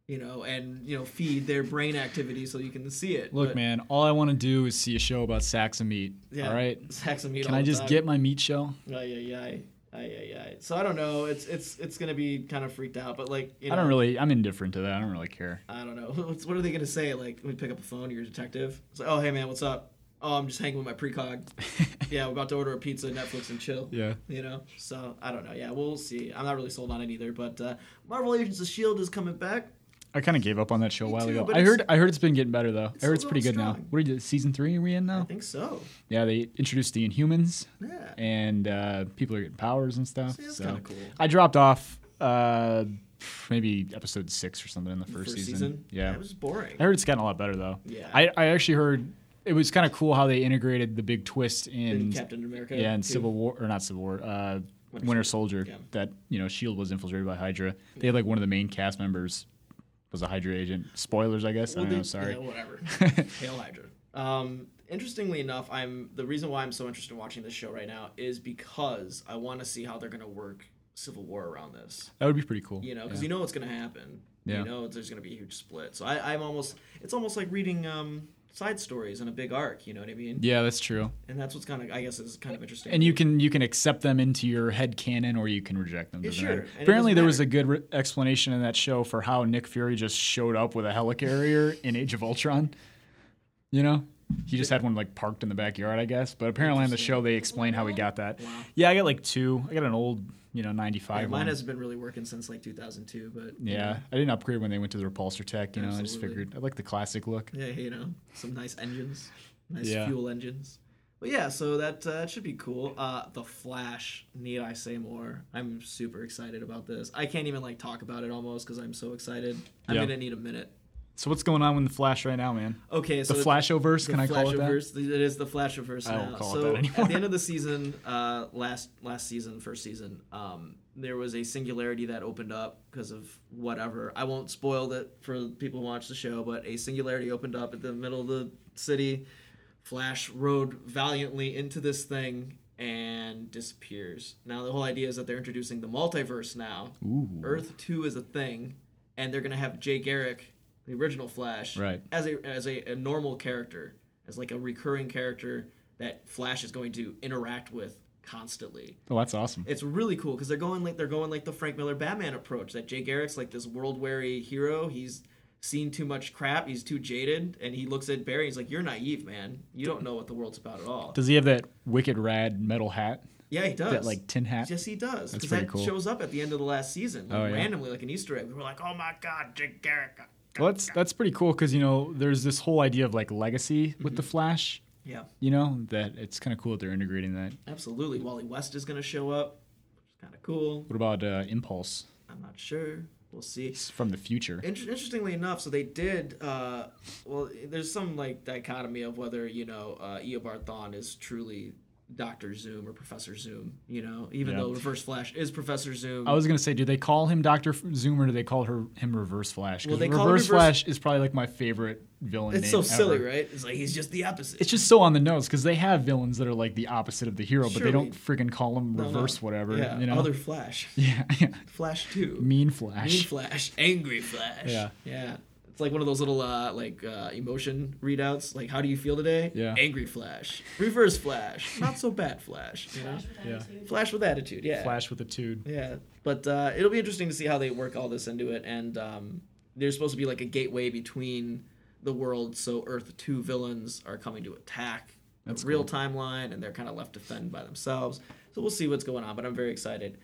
[SPEAKER 1] You know, and you know, feed their brain activity so you can see it.
[SPEAKER 2] Look,
[SPEAKER 1] But
[SPEAKER 2] man, all I want to do is see a show about sacks of meat.
[SPEAKER 1] Yeah,
[SPEAKER 2] All right.
[SPEAKER 1] sacks of meat.
[SPEAKER 2] Can
[SPEAKER 1] all
[SPEAKER 2] I
[SPEAKER 1] the
[SPEAKER 2] just
[SPEAKER 1] time.
[SPEAKER 2] get my meat show?
[SPEAKER 1] Ay, ay, ay. Ay, ay, ay. So I don't know. It's it's it's gonna be kind of freaked out, but like you know,
[SPEAKER 2] I don't really. I'm indifferent to that. I don't really care.
[SPEAKER 1] I don't know. What's- what are they gonna say? Like, when we pick up a phone. You're a detective. It's like, oh hey man, what's up? Oh, I'm just hanging with my precog. yeah, we're about to order a pizza, Netflix, and chill.
[SPEAKER 2] Yeah.
[SPEAKER 1] You know. So I don't know. Yeah, we'll see. I'm not really sold on it either. But uh, Marvel Agents of Shield is coming back.
[SPEAKER 2] I kind of gave up on that show a
[SPEAKER 1] Me
[SPEAKER 2] while
[SPEAKER 1] too,
[SPEAKER 2] ago.
[SPEAKER 1] but
[SPEAKER 2] I
[SPEAKER 1] it's-
[SPEAKER 2] heard I heard it's been getting better though.
[SPEAKER 1] a
[SPEAKER 2] I heard it's pretty
[SPEAKER 1] little
[SPEAKER 2] good now.
[SPEAKER 1] strong.
[SPEAKER 2] What are you, season three are we in
[SPEAKER 1] I
[SPEAKER 2] now?
[SPEAKER 1] think so.
[SPEAKER 2] Yeah, they introduced the Inhumans
[SPEAKER 1] Yeah.
[SPEAKER 2] and uh, people are getting powers and stuff.
[SPEAKER 1] See, that's
[SPEAKER 2] so
[SPEAKER 1] kinda cool.
[SPEAKER 2] I dropped off uh, maybe episode six or something in the
[SPEAKER 1] The
[SPEAKER 2] first, season. Yeah.
[SPEAKER 1] It was boring.
[SPEAKER 2] I heard it's gotten a lot better though.
[SPEAKER 1] Yeah.
[SPEAKER 2] I, I actually heard it was kind of cool how they integrated the big twist in
[SPEAKER 1] And Captain America.
[SPEAKER 2] yeah, in
[SPEAKER 1] too.
[SPEAKER 2] Civil War or not Civil War, uh, Winter, Soldier.
[SPEAKER 1] Yeah.
[SPEAKER 2] That you know, Shield E was infiltrated by Hydra. They had like one of the main cast members was a Hydra agent. Spoilers, I guess.
[SPEAKER 1] Well,
[SPEAKER 2] I don't
[SPEAKER 1] they-
[SPEAKER 2] know. Sorry.
[SPEAKER 1] yeah, whatever. Hail Hydra. Um, interestingly enough, I'm the reason why I'm so interested in watching this show right now is because I want to see how they're going to work Civil War around this.
[SPEAKER 2] That would be pretty cool.
[SPEAKER 1] You know, because you know what's going to happen.
[SPEAKER 2] Yeah.
[SPEAKER 1] You know, there's going to be a huge split. So I, I'm almost. It's almost like reading um, side stories in a big arc. You know what I mean?
[SPEAKER 2] Yeah, that's true.
[SPEAKER 1] And that's what's kind of. I guess is kind of interesting.
[SPEAKER 2] And you can you can accept them into your head canon or you can reject them.
[SPEAKER 1] Yeah,
[SPEAKER 2] doesn't
[SPEAKER 1] sure.
[SPEAKER 2] matter.
[SPEAKER 1] And it
[SPEAKER 2] Apparently,
[SPEAKER 1] doesn't
[SPEAKER 2] there was
[SPEAKER 1] matter.
[SPEAKER 2] a good re- explanation in that show for how Nick Fury just showed up with a helicarrier in Age of Ultron. You know, he just had one like parked in the backyard, I guess. But apparently, on the show, they explain how he got that. Yeah, I got like two. I got an old, you know, ninety
[SPEAKER 1] Yeah,
[SPEAKER 2] five.
[SPEAKER 1] mine hasn't been really working since like 2002, but you
[SPEAKER 2] Yeah, I didn't upgrade when they went to the repulsor tech. You know, I just
[SPEAKER 1] Absolutely.
[SPEAKER 2] figured I like the classic look.
[SPEAKER 1] Yeah, you know, some nice engines, nice
[SPEAKER 2] Yeah.
[SPEAKER 1] fuel engines. But yeah, so that uh, should be cool. Uh, the Flash, need I say more? I'm super excited about this. I can't even like talk about it almost because I'm so excited. I'm
[SPEAKER 2] Yeah.
[SPEAKER 1] gonna need a minute.
[SPEAKER 2] So what's going on with the Flash right now, man?
[SPEAKER 1] Okay, so
[SPEAKER 2] The
[SPEAKER 1] it's-
[SPEAKER 2] Flashoverse? Can I call it that?
[SPEAKER 1] Flashoverse. It is the Flashoverse
[SPEAKER 2] I
[SPEAKER 1] now.
[SPEAKER 2] won't call it
[SPEAKER 1] so
[SPEAKER 2] that anymore.
[SPEAKER 1] at the end of the season, uh, last last season, first season, um, there was a singularity that opened up because of whatever. I won't spoil it for people who watch the show, but a singularity opened up at the middle of the city. Flash rode valiantly into this thing and disappears. Now the whole idea is that they're introducing the multiverse now.
[SPEAKER 2] Ooh.
[SPEAKER 1] Earth Two is a thing, and they're gonna have Jay Garrick, the original Flash,
[SPEAKER 2] Right.
[SPEAKER 1] as a as a, a normal character, as like a recurring character that Flash is going to interact with constantly.
[SPEAKER 2] Oh, that's awesome.
[SPEAKER 1] It's really cool because they're going like they're going like the Frank Miller Batman approach. That Jay Garrick's like this world weary hero. He's seen too much crap. He's too jaded, and he looks at Barry. He's like, "You're naive, man. You don't know what the world's about at all."
[SPEAKER 2] Does he have that wicked rad metal hat?
[SPEAKER 1] Yeah, he does.
[SPEAKER 2] That like tin hat?
[SPEAKER 1] Yes, he does.
[SPEAKER 2] That's
[SPEAKER 1] Because
[SPEAKER 2] pretty
[SPEAKER 1] that
[SPEAKER 2] cool.
[SPEAKER 1] shows up at the end of the last season, like,
[SPEAKER 2] Oh, yeah.
[SPEAKER 1] randomly, like an Easter egg. We were like, "Oh my God, Jay Garrick!" Mm-hmm.
[SPEAKER 2] Well, that's that's pretty cool because you know there's this whole idea of like legacy with the Flash.
[SPEAKER 1] Yeah,
[SPEAKER 2] you know that it's kind of cool that they're integrating that
[SPEAKER 1] absolutely. Wally West is going to show up, which is kind of cool.
[SPEAKER 2] what about uh, impulse
[SPEAKER 1] I'm not sure. We'll see.
[SPEAKER 2] it's from the future
[SPEAKER 1] Inter- interestingly enough, so they did. Uh, well, there's some like dichotomy of whether you know uh, Eobard Thawne is truly Doctor Zoom or Professor Zoom. You know, even
[SPEAKER 2] Yeah.
[SPEAKER 1] though Reverse Flash is Professor Zoom.
[SPEAKER 2] i was going to say do they call him dr F- zoom or do they call her him reverse flash 'Cause
[SPEAKER 1] Well, they
[SPEAKER 2] reverse,
[SPEAKER 1] call him Reverse-
[SPEAKER 2] flash is probably like my favorite villain
[SPEAKER 1] it's so
[SPEAKER 2] name
[SPEAKER 1] silly,
[SPEAKER 2] ever.
[SPEAKER 1] right? It's like he's just the opposite.
[SPEAKER 2] it's just so on the nose because they have villains that are like the opposite of the hero, but they
[SPEAKER 1] Surely.
[SPEAKER 2] don't freaking call them
[SPEAKER 1] No, no.
[SPEAKER 2] reverse whatever.
[SPEAKER 1] Yeah,
[SPEAKER 2] you know?
[SPEAKER 1] other Flash,
[SPEAKER 2] yeah, yeah.
[SPEAKER 1] Flash Two,
[SPEAKER 2] Mean
[SPEAKER 1] Mean
[SPEAKER 2] Flash.
[SPEAKER 1] Flash, Angry Flash.
[SPEAKER 2] Yeah.
[SPEAKER 1] yeah. It's like one of those little uh, like uh, emotion readouts. Like, how do you feel today?
[SPEAKER 2] Yeah.
[SPEAKER 1] Angry Flash, Reverse Flash, not so bad Flash. You know,
[SPEAKER 3] Flash with
[SPEAKER 2] Yeah.
[SPEAKER 3] attitude.
[SPEAKER 1] Flash with attitude. Yeah.
[SPEAKER 2] Flash with a tude.
[SPEAKER 1] Yeah, but uh, it'll be interesting to see how they work all this into it. And um, there's supposed to be like a gateway between the worlds, so Earth Two villains are coming to attack
[SPEAKER 2] That's
[SPEAKER 1] the real timeline, and they're kind of left to fend by themselves. So we'll see what's going on. But I'm very excited.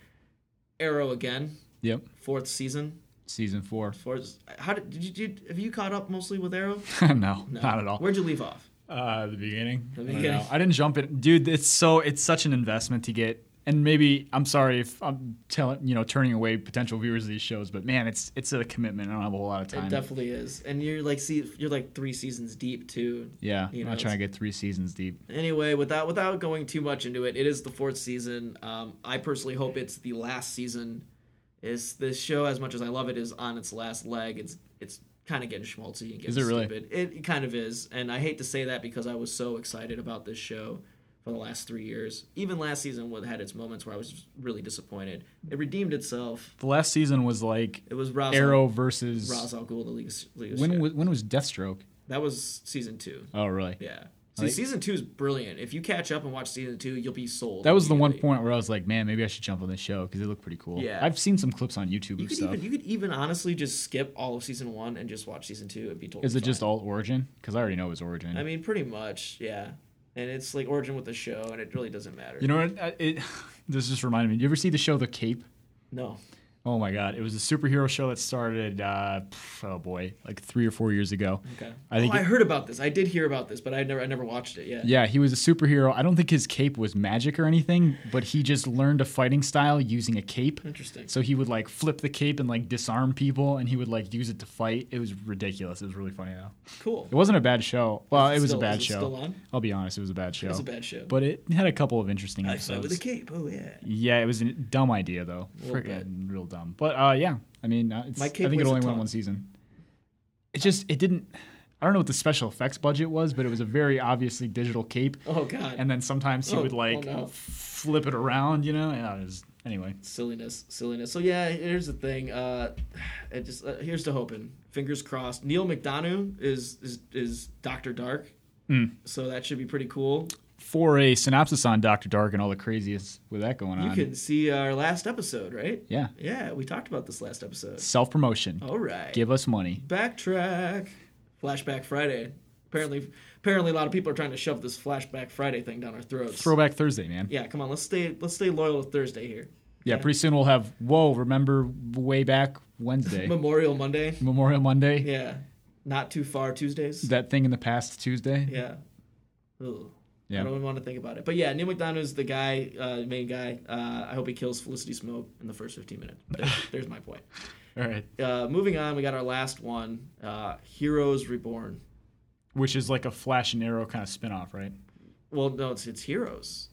[SPEAKER 1] Arrow again,
[SPEAKER 2] Yep.
[SPEAKER 1] fourth season.
[SPEAKER 2] Season four.
[SPEAKER 1] Fourth. How did, did you did, have you caught up mostly with Arrow?
[SPEAKER 2] no, not at all.
[SPEAKER 1] Where'd you leave off?
[SPEAKER 2] Uh, the beginning.
[SPEAKER 1] The
[SPEAKER 2] I don't
[SPEAKER 1] beginning.
[SPEAKER 2] know. I didn't jump it, dude. It's so it's such an investment to get, and maybe I'm sorry if I'm telling you know turning away potential viewers of these shows, but man, it's it's a commitment. I don't have a whole lot of
[SPEAKER 1] It
[SPEAKER 2] time.
[SPEAKER 1] definitely is, and you're like see you're like three seasons deep too.
[SPEAKER 2] yeah,
[SPEAKER 1] You
[SPEAKER 2] I'm
[SPEAKER 1] know,
[SPEAKER 2] not trying
[SPEAKER 1] it's-
[SPEAKER 2] to get three seasons deep.
[SPEAKER 1] anyway without without going too much into it it is the fourth season um, i personally hope it's the last season is this show as much as i love it is on its last leg it's it's kind of getting schmaltzy and getting
[SPEAKER 2] Is it really?
[SPEAKER 1] stupid it, it kind of is and i hate to say that because i was so excited about this show for the last three years even last season wa- had its moments where i was really disappointed it redeemed itself
[SPEAKER 2] The last season was like
[SPEAKER 1] it was Ra's
[SPEAKER 2] Arrow versus.
[SPEAKER 1] Ra's al Ghul, the League of, League of
[SPEAKER 2] when
[SPEAKER 1] Shit.
[SPEAKER 2] was when was Deathstroke?
[SPEAKER 1] that was season two
[SPEAKER 2] Oh, really?
[SPEAKER 1] yeah
[SPEAKER 2] I
[SPEAKER 1] See,
[SPEAKER 2] think-
[SPEAKER 1] season two is brilliant. If you catch up and watch season two, you'll be sold.
[SPEAKER 2] That was the one
[SPEAKER 1] immediately.
[SPEAKER 2] point where I was like, man, maybe I should jump on this show because it looked pretty cool.
[SPEAKER 1] Yeah.
[SPEAKER 2] I've seen some clips on
[SPEAKER 1] You
[SPEAKER 2] YouTube and
[SPEAKER 1] could
[SPEAKER 2] stuff.
[SPEAKER 1] even you could even honestly just skip all of season one and just watch season two and be totally.
[SPEAKER 2] Is it just
[SPEAKER 1] fine.
[SPEAKER 2] all origin? Because I already know his origin.
[SPEAKER 1] I mean, pretty much, yeah. And it's like origin with the show, and it really doesn't matter.
[SPEAKER 2] you know what? I- It, this just reminded me. You ever see the show The Cape?
[SPEAKER 1] no,
[SPEAKER 2] Oh my God! It was a superhero show that started, uh, pff, oh boy, like three or four years ago.
[SPEAKER 1] okay.
[SPEAKER 2] I think
[SPEAKER 1] oh, I
[SPEAKER 2] it-
[SPEAKER 1] heard about this. I did hear about this, but I never I never watched it. Yeah.
[SPEAKER 2] Yeah, he was a superhero. I don't think his cape was magic or anything, but he just learned a fighting style using a cape.
[SPEAKER 1] Interesting.
[SPEAKER 2] So he would like flip the cape and like disarm people, and he would like use it to fight. It was ridiculous. It was really funny though.
[SPEAKER 1] Cool.
[SPEAKER 2] It wasn't a bad show. Well,
[SPEAKER 1] Is
[SPEAKER 2] it was
[SPEAKER 1] still-
[SPEAKER 2] a bad
[SPEAKER 1] is it
[SPEAKER 2] show.
[SPEAKER 1] still on?
[SPEAKER 2] I'll be honest, it was a bad show.
[SPEAKER 1] It was a bad show.
[SPEAKER 2] But it had a couple of interesting
[SPEAKER 1] I saw it
[SPEAKER 2] episodes.
[SPEAKER 1] with a cape. Oh yeah.
[SPEAKER 2] Yeah, it was a dumb idea though.
[SPEAKER 1] Little bit.
[SPEAKER 2] Freaking real dumb. But uh, yeah, I mean, uh, it's,
[SPEAKER 1] My
[SPEAKER 2] I
[SPEAKER 1] cape
[SPEAKER 2] think it
[SPEAKER 1] weighs a
[SPEAKER 2] only went
[SPEAKER 1] ton.
[SPEAKER 2] one season. It just it didn't. I don't know what the special effects budget was, but it was a very obviously digital cape.
[SPEAKER 1] Oh god.
[SPEAKER 2] And then sometimes he
[SPEAKER 1] Oh,
[SPEAKER 2] would like
[SPEAKER 1] oh, no.
[SPEAKER 2] flip it around, you know. Yeah, it was, anyway,
[SPEAKER 1] silliness, silliness. So yeah, here's the thing. Uh, it just uh, here's to hoping. Fingers crossed. Neil McDonough is is is Doctor Dark. So that should be pretty cool.
[SPEAKER 2] for a synopsis on Doctor Dark and all the craziest with that going
[SPEAKER 1] You
[SPEAKER 2] on.
[SPEAKER 1] can see our last episode, right?
[SPEAKER 2] yeah,
[SPEAKER 1] Yeah, we talked about this last episode.
[SPEAKER 2] self promotion.
[SPEAKER 1] All right.
[SPEAKER 2] Give us money.
[SPEAKER 1] Backtrack. Flashback Friday. Apparently, apparently, a lot of people are trying to shove this Flashback Friday thing down our throats.
[SPEAKER 2] Throwback Thursday, man.
[SPEAKER 1] yeah, come on. Let's stay. Let's stay loyal to Thursday here.
[SPEAKER 2] Yeah, pretty soon we'll have whoa, remember way back Wednesday,
[SPEAKER 1] Memorial Monday.
[SPEAKER 2] Memorial Monday,
[SPEAKER 1] Yeah. Not too far Tuesdays.
[SPEAKER 2] that thing in the past Tuesday.
[SPEAKER 1] Yeah. Ugh.
[SPEAKER 2] Yeah.
[SPEAKER 1] I don't even want to think about it. But yeah, Neil McDonough is the guy, uh, main guy. Uh, I hope he kills Felicity Smoke in the first 15 minutes. There's, there's my point.
[SPEAKER 2] All right.
[SPEAKER 1] Uh, moving on, we got our last one uh, Heroes Reborn.
[SPEAKER 2] Which is like a flash and arrow kind of spin-off, right?
[SPEAKER 1] Well, no, it's, it's Heroes.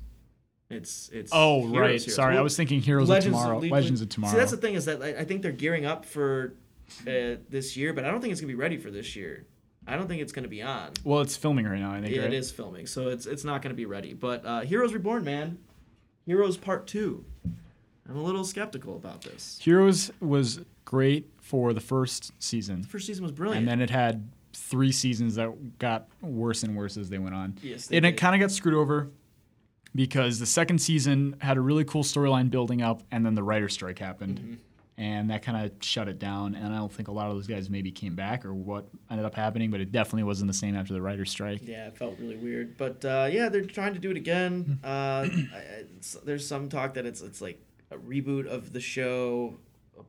[SPEAKER 1] It's it's
[SPEAKER 2] Oh,
[SPEAKER 1] Heroes,
[SPEAKER 2] right.
[SPEAKER 1] Heroes.
[SPEAKER 2] Sorry, I
[SPEAKER 1] Well,
[SPEAKER 2] was thinking Heroes of Tomorrow.
[SPEAKER 1] Le-
[SPEAKER 2] Legends of Tomorrow.
[SPEAKER 1] See, that's the thing is that I, I think they're gearing up for uh, this year, but I don't think it's gonna be ready for this year. I don't think it's gonna be on.
[SPEAKER 2] well, it's filming right now, I think.
[SPEAKER 1] Yeah,
[SPEAKER 2] right?
[SPEAKER 1] it is filming, so it's it's not going to be ready. But uh, Heroes Reborn, man, Heroes Part Two. I'm a little skeptical about this.
[SPEAKER 2] Heroes was great for the first season,
[SPEAKER 1] First season was
[SPEAKER 2] and
[SPEAKER 1] brilliant.
[SPEAKER 2] then it had three seasons that got worse and worse as they went on.
[SPEAKER 1] Yes, they
[SPEAKER 2] and
[SPEAKER 1] did.
[SPEAKER 2] it kind of got screwed over because the second season had a really cool storyline building up, and then the writer strike happened.
[SPEAKER 1] Mm-hmm.
[SPEAKER 2] And that kind of shut it down. And I don't think a lot of those guys maybe came back or what ended up happening, but it definitely wasn't the same after the writer's strike.
[SPEAKER 1] yeah, it felt really weird. But uh, yeah, they're trying to do it again.
[SPEAKER 2] Hmm.
[SPEAKER 1] Uh, I, I- it's- there's some talk that it's it's like a reboot of the show,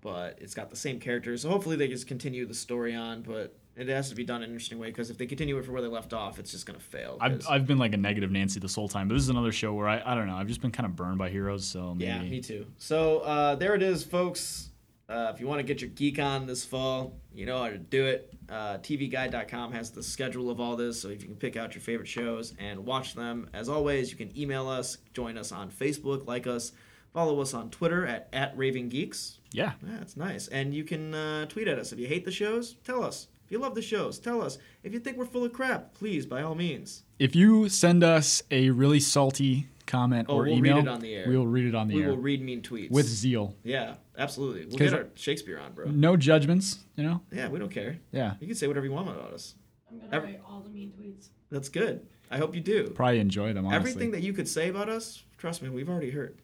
[SPEAKER 1] but it's got the same characters. So hopefully they just continue the story on. But It has to be done in an interesting way because if they continue it from where they left off, it's just gonna fail. 'cause-
[SPEAKER 2] I've, I've been like a negative Nancy this whole time, but this is another show where I, I don't know. I've just been kind of burned by heroes, so maybe.
[SPEAKER 1] yeah, me too. So uh, there it is, folks. Uh, if you want to get your geek on this fall, you know how to do it. Uh, TVGuide.com has the schedule of all this, so if you can pick out your favorite shows and watch them. As always, you can email us, join us on Facebook, like us, follow us on Twitter at, at Raving Geeks.
[SPEAKER 2] yeah.
[SPEAKER 1] Yeah, that's nice. And you can uh, tweet at us. If you hate the shows, tell us. If you love the shows, tell us. If you think we're full of crap, please, by all means.
[SPEAKER 2] If you send us a really salty comment
[SPEAKER 1] Oh,
[SPEAKER 2] or
[SPEAKER 1] we'll read
[SPEAKER 2] email,
[SPEAKER 1] it on the air.
[SPEAKER 2] we will read it on the
[SPEAKER 1] We
[SPEAKER 2] air
[SPEAKER 1] will read mean tweets.
[SPEAKER 2] with zeal.
[SPEAKER 1] yeah, absolutely. We'll
[SPEAKER 2] 'Cause
[SPEAKER 1] get our Shakespeare on, bro.
[SPEAKER 2] No judgments, you know?
[SPEAKER 1] Yeah, we don't care.
[SPEAKER 2] Yeah.
[SPEAKER 1] You can say whatever you want about us.
[SPEAKER 3] I'm gonna
[SPEAKER 1] Every-
[SPEAKER 3] write all the mean tweets.
[SPEAKER 1] That's good. I hope you do.
[SPEAKER 2] Probably enjoy them, honestly.
[SPEAKER 1] Everything that you could say about us, trust me, we've already heard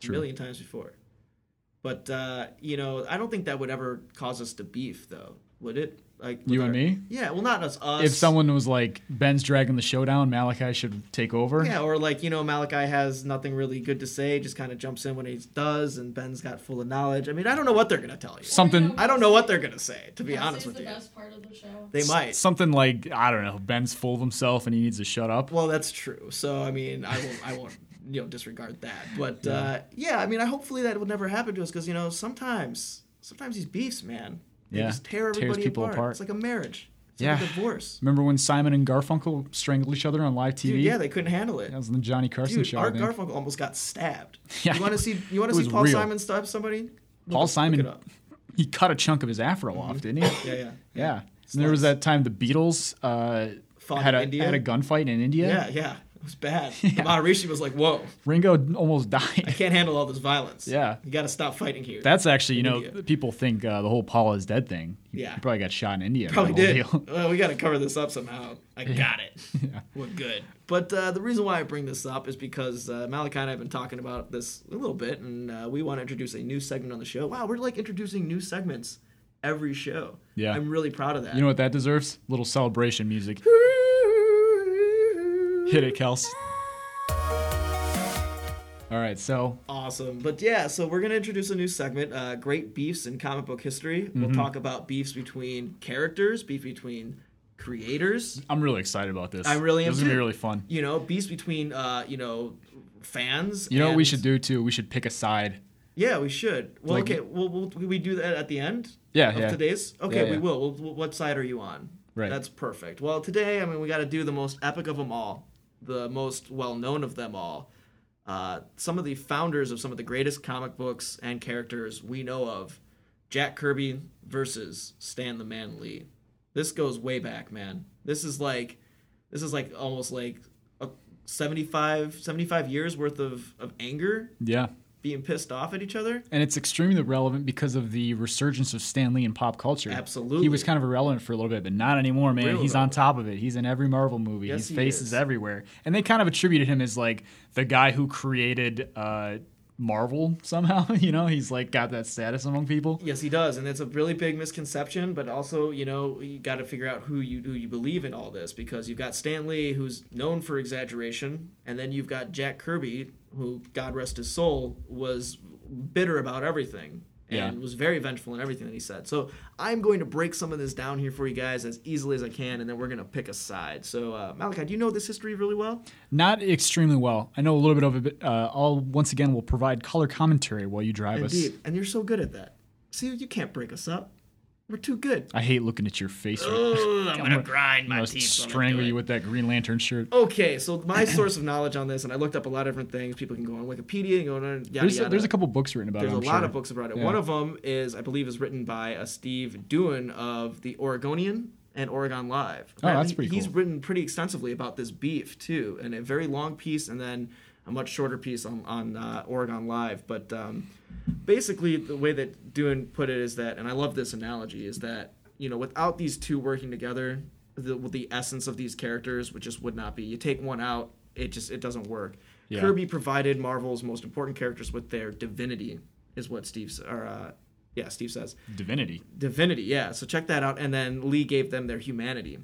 [SPEAKER 2] True.
[SPEAKER 1] a million times before. But uh, you know, I don't think that would ever cause us to beef, though, would it? Like with
[SPEAKER 2] You and
[SPEAKER 1] our-
[SPEAKER 2] me?
[SPEAKER 1] Yeah, well, not us. Us.
[SPEAKER 2] if someone was like, Ben's dragging the show down, Malachi should take over.
[SPEAKER 1] Yeah, or like, you know, Malachi has nothing really good to say, just kind of jumps in when he does, and Ben's got full of knowledge. I mean, I don't know what they're going to tell you.
[SPEAKER 2] Something
[SPEAKER 1] I don't know what they're going to say, to be
[SPEAKER 3] This
[SPEAKER 1] honest
[SPEAKER 3] is
[SPEAKER 1] with
[SPEAKER 3] the
[SPEAKER 1] you.
[SPEAKER 3] best part of the show.
[SPEAKER 1] They might.
[SPEAKER 2] something like, I don't know, Ben's full of himself and he needs to shut up.
[SPEAKER 1] Well, that's true. So, I mean, I won't, I won't, you know, disregard that. But uh, yeah, I mean, I hopefully that would never happen to us because, you know, sometimes, sometimes these beefs, man, they
[SPEAKER 2] Yeah.
[SPEAKER 1] just tear
[SPEAKER 2] Tears
[SPEAKER 1] everybody
[SPEAKER 2] people
[SPEAKER 1] apart.
[SPEAKER 2] apart.
[SPEAKER 1] It's like a marriage. It's
[SPEAKER 2] Yeah.
[SPEAKER 1] like a divorce.
[SPEAKER 2] Remember when Simon and Garfunkel strangled each other on live TV?
[SPEAKER 1] Dude, yeah, they couldn't handle it.
[SPEAKER 2] That was on the Johnny Carson
[SPEAKER 1] Dude,
[SPEAKER 2] show. I
[SPEAKER 1] Art
[SPEAKER 2] think.
[SPEAKER 1] Garfunkel almost got stabbed.
[SPEAKER 2] Yeah.
[SPEAKER 1] You want to see? You want
[SPEAKER 2] It
[SPEAKER 1] to see
[SPEAKER 2] was
[SPEAKER 1] Paul
[SPEAKER 2] real.
[SPEAKER 1] Simon stab somebody? Look
[SPEAKER 2] Paul
[SPEAKER 1] it- look
[SPEAKER 2] Simon-
[SPEAKER 1] it up.
[SPEAKER 2] he cut a chunk of his afro
[SPEAKER 1] Mm-hmm.
[SPEAKER 2] off, didn't he?
[SPEAKER 1] Yeah, yeah.
[SPEAKER 2] Yeah. And there was that time the Beatles uh,
[SPEAKER 1] Fought
[SPEAKER 2] had
[SPEAKER 1] in
[SPEAKER 2] a
[SPEAKER 1] India?
[SPEAKER 2] had a gunfight in India.
[SPEAKER 1] Yeah, yeah. It was bad. Maharishi was like, whoa,
[SPEAKER 2] Ringo almost
[SPEAKER 1] I
[SPEAKER 2] died.
[SPEAKER 1] can't handle all this violence.
[SPEAKER 2] Yeah.
[SPEAKER 1] You got to stop fighting here.
[SPEAKER 2] That's actually, you know,
[SPEAKER 1] India.
[SPEAKER 2] people think uh, the whole Paul is dead thing. He
[SPEAKER 1] Yeah.
[SPEAKER 2] probably got shot in India. and
[SPEAKER 1] Probably
[SPEAKER 2] that
[SPEAKER 1] did.
[SPEAKER 2] whole deal.
[SPEAKER 1] Well, we got to cover this up somehow. I got it. We're good. But uh, the reason why I bring this up is because uh, Malachi and I have been talking about this a little bit, and uh, we want to introduce a new segment on the show. Wow, we're like introducing new segments every show.
[SPEAKER 2] Yeah.
[SPEAKER 1] I'm really proud of that.
[SPEAKER 2] You know what that deserves? Little celebration music. Hit it, Kels. All right, so
[SPEAKER 1] Awesome. But yeah, so we're going to introduce a new segment, uh, Great Beefs in Comic Book History.
[SPEAKER 2] Mm-hmm.
[SPEAKER 1] We'll talk about beefs between characters, beef between creators,
[SPEAKER 2] I'm really excited about this.
[SPEAKER 1] I really am
[SPEAKER 2] This is gonna be
[SPEAKER 1] too.
[SPEAKER 2] really fun.
[SPEAKER 1] you know, beefs between, uh, you know, fans.
[SPEAKER 2] You know what we
[SPEAKER 1] and-
[SPEAKER 2] should do too? We should pick a side.
[SPEAKER 1] Yeah, we should. Well,
[SPEAKER 2] Like-
[SPEAKER 1] okay, well, we'll, we do that at the end?
[SPEAKER 2] Yeah,
[SPEAKER 1] Of
[SPEAKER 2] yeah.
[SPEAKER 1] today's? Okay,
[SPEAKER 2] Yeah,
[SPEAKER 1] we
[SPEAKER 2] yeah.
[SPEAKER 1] will. Well, w- what side are you on?
[SPEAKER 2] Right.
[SPEAKER 1] That's perfect. Well, today, I mean, we got to do the most epic of them all, the most well known of them all. Uh, some of the founders of some of the greatest comic books and characters we know of Jack Kirby versus Stan the Man Lee. This goes way back, man. This is like, this is like almost like a 75, 75 years worth of, of anger
[SPEAKER 2] Yeah.
[SPEAKER 1] being pissed off at each other.
[SPEAKER 2] And it's extremely relevant because of the resurgence of Stan Lee in pop culture.
[SPEAKER 1] Absolutely.
[SPEAKER 2] He was kind of irrelevant for a little bit, but not anymore, man.
[SPEAKER 1] Real
[SPEAKER 2] He's on
[SPEAKER 1] relevant.
[SPEAKER 2] top of it. He's in every Marvel movie.
[SPEAKER 1] Yes,
[SPEAKER 2] His
[SPEAKER 1] he
[SPEAKER 2] face
[SPEAKER 1] is.
[SPEAKER 2] is. everywhere. And they kind of attributed him as like the guy who created uh, Marvel somehow. you know, he's like got that status among people.
[SPEAKER 1] Yes, he does, and it's a really big misconception. But also, you know, you got to figure out who you who you believe in all this because you've got Stan Lee, who's known for exaggeration, and then you've got Jack Kirby, who God rest his soul, was bitter about everything and
[SPEAKER 2] Yeah.
[SPEAKER 1] was very vengeful in everything that he said. So I'm going to break some of this down here for you guys as easily as I can, and then we're gonna pick a side. So uh, Malachi, do you know this history really well?
[SPEAKER 2] Not extremely well. I know a little bit of it. But, uh, I'll once again will provide color commentary while you drive us.
[SPEAKER 1] Indeed, and you're so good at that. See, you can't break us up. We're too good.
[SPEAKER 2] I hate looking at your face. right now.
[SPEAKER 1] Ooh, I'm gonna grind
[SPEAKER 2] I'm
[SPEAKER 1] Oh, my teeth. I'm gonna
[SPEAKER 2] gonna
[SPEAKER 1] do
[SPEAKER 2] strangle
[SPEAKER 1] it. Oh,
[SPEAKER 2] you with that Green Lantern shirt.
[SPEAKER 1] Okay, so my source of knowledge on this, and I looked up a lot of different things. People can go on Wikipedia and go on yada
[SPEAKER 2] there's,
[SPEAKER 1] yada.
[SPEAKER 2] a, there's a couple books written about
[SPEAKER 1] There's
[SPEAKER 2] it.
[SPEAKER 1] a
[SPEAKER 2] I'm
[SPEAKER 1] lot
[SPEAKER 2] sure.
[SPEAKER 1] of books about it.
[SPEAKER 2] Yeah.
[SPEAKER 1] One of them is, I believe, is written by a Steve Doohan of the Oregonian and Oregon Live.
[SPEAKER 2] Oh, that's
[SPEAKER 1] Apparently,
[SPEAKER 2] pretty
[SPEAKER 1] He's
[SPEAKER 2] cool.
[SPEAKER 1] written pretty extensively about this beef too, and a very long piece, and then a much shorter piece on on uh, Oregon Live. But um, basically, the way that Doohan put it is that, and I love this analogy, is that you know, without these two working together, the the essence of these characters would just would not be. You take one out, it just it doesn't work.
[SPEAKER 2] Yeah.
[SPEAKER 1] Kirby provided Marvel's most important characters with their divinity, is what Steve s- or uh, yeah Steve says
[SPEAKER 2] Divinity.
[SPEAKER 1] divinity. Yeah, so check that out. And then Lee gave them their humanity.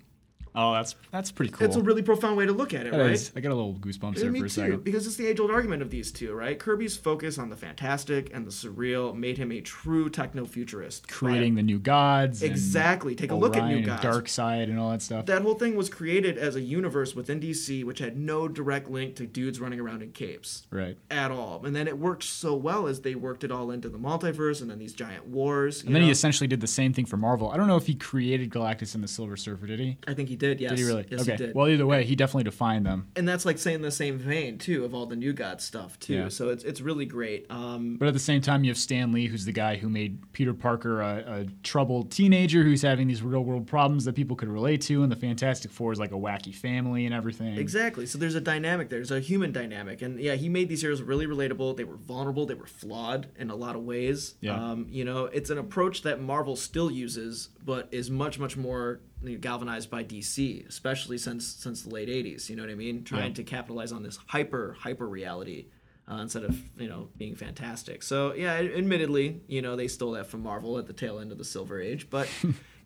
[SPEAKER 2] Oh, that's that's pretty cool.
[SPEAKER 1] That's a really profound way to look at it,
[SPEAKER 2] That
[SPEAKER 1] right?
[SPEAKER 2] is- I got a little goosebumps
[SPEAKER 1] Yeah,
[SPEAKER 2] there
[SPEAKER 1] me
[SPEAKER 2] for a
[SPEAKER 1] too,
[SPEAKER 2] second.
[SPEAKER 1] because it's the age-old argument of these two, right? Kirby's focus on the fantastic and the surreal made him a true techno-futurist,
[SPEAKER 2] Creating the new gods. and
[SPEAKER 1] exactly. Take a look at
[SPEAKER 2] Orion
[SPEAKER 1] New
[SPEAKER 2] and
[SPEAKER 1] Gods.
[SPEAKER 2] Dark Side and all that stuff.
[SPEAKER 1] That whole thing was created as a universe within DC, which had no direct link to dudes running around in capes
[SPEAKER 2] right.
[SPEAKER 1] at all. And then it worked so well as they worked it all into the multiverse and then these giant wars. you
[SPEAKER 2] And then he
[SPEAKER 1] know?
[SPEAKER 2] essentially did the same thing for Marvel. I don't know if he created Galactus and the Silver Surfer, did he?
[SPEAKER 1] I think he did. Yes,
[SPEAKER 2] Did he really?
[SPEAKER 1] Yes,
[SPEAKER 2] okay.
[SPEAKER 1] he did.
[SPEAKER 2] Well, either way, he definitely defined them.
[SPEAKER 1] and that's like saying the same vein too of all the New God stuff too.
[SPEAKER 2] Yeah.
[SPEAKER 1] So it's it's really great. Um,
[SPEAKER 2] But at the same time, you have Stan Lee, who's the guy who made Peter Parker a, a troubled teenager who's having these real world problems that people could relate to, and the Fantastic Four is like a wacky family and everything.
[SPEAKER 1] Exactly. So there's a dynamic there. There's a human dynamic. And yeah, he made these heroes really relatable. They were vulnerable. They were flawed in a lot of ways.
[SPEAKER 2] Yeah.
[SPEAKER 1] Um, you know, it's an approach that Marvel still uses, but is much, much more you know, galvanized by DC, especially since since the late 80s. You know what I mean? Trying
[SPEAKER 2] Yeah.
[SPEAKER 1] to capitalize on this hyper, hyper reality. Uh, instead of you know being fantastic, so yeah, admittedly, you know they stole that from Marvel at the tail end of the Silver Age, but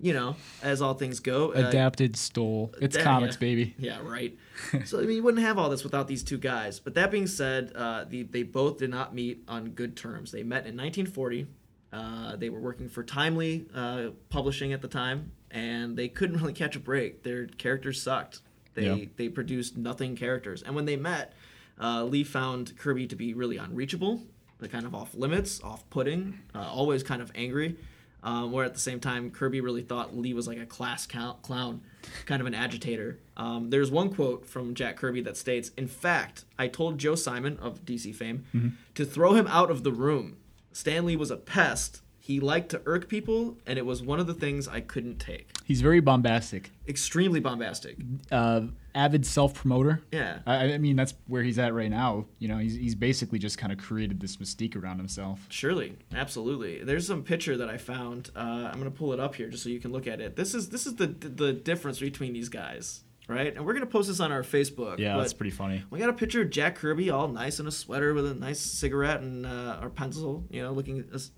[SPEAKER 1] you know as all things go, uh,
[SPEAKER 2] Adapted, stole. It's
[SPEAKER 1] Damn,
[SPEAKER 2] comics,
[SPEAKER 1] yeah.
[SPEAKER 2] baby.
[SPEAKER 1] Yeah, right. so I mean, you wouldn't have all this without these two guys. But that being said, uh, the, they both did not meet on good terms. They met in 1940. Uh, they were working for Timely uh, Publishing at the time, and they couldn't really catch a break. Their characters sucked. They
[SPEAKER 2] Yeah.
[SPEAKER 1] they produced nothing characters. And when they met, uh, Lee found Kirby to be really unreachable, like kind of off limits, off putting, uh, always kind of angry. Um, where at the same time, Kirby really thought Lee was like a class cou- clown, kind of an agitator. Um, there's one quote from Jack Kirby that states In fact, I told Joe Simon of DC fame to throw him out of the room. Stanley was a pest. He liked to irk people, and it was one of the things I couldn't take.
[SPEAKER 2] He's very bombastic,
[SPEAKER 1] Extremely bombastic.
[SPEAKER 2] uh, avid self promoter.
[SPEAKER 1] Yeah.
[SPEAKER 2] I, I mean, that's where he's at right now. You know, he's, he's basically just kind of created this mystique around himself.
[SPEAKER 1] Surely, absolutely. There's some picture that I found. Uh, I'm gonna pull it up here just so you can look at it. This is this is the the difference between these guys, right? And we're gonna post this on our Facebook.
[SPEAKER 2] Yeah,
[SPEAKER 1] but
[SPEAKER 2] that's pretty funny.
[SPEAKER 1] We got a picture of Jack Kirby all nice in a sweater with a nice cigarette and uh, or pencil, you know, looking es-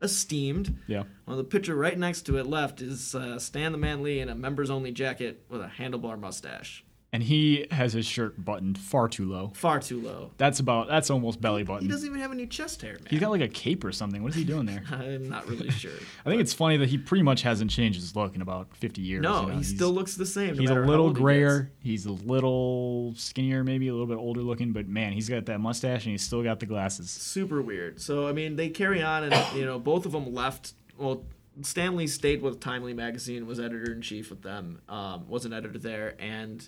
[SPEAKER 1] esteemed.
[SPEAKER 2] Yeah.
[SPEAKER 1] Well, the picture right next to it left is uh, Stan the Man Lee in a members only jacket with a handlebar mustache.
[SPEAKER 2] And he has his shirt buttoned far too low.
[SPEAKER 1] Far too low.
[SPEAKER 2] That's about, that's almost belly
[SPEAKER 1] He
[SPEAKER 2] button.
[SPEAKER 1] doesn't even have any chest hair, man.
[SPEAKER 2] he's Mm. got like a cape or something. What is he doing there?
[SPEAKER 1] I'm not really sure.
[SPEAKER 2] I think it's funny that he pretty much hasn't changed his look in about 50 years.
[SPEAKER 1] No,
[SPEAKER 2] you know,
[SPEAKER 1] he still looks the same. no
[SPEAKER 2] He's a
[SPEAKER 1] matter how
[SPEAKER 2] little
[SPEAKER 1] old he gets.
[SPEAKER 2] grayer. He's a little skinnier, maybe a little bit older looking, but man, he's got that mustache and he's still got the glasses.
[SPEAKER 1] super weird. So I mean, they carry on, and you know, both of them left. Well, Stanley stayed with Timely magazine, was editor in chief with them, um, was an editor there, and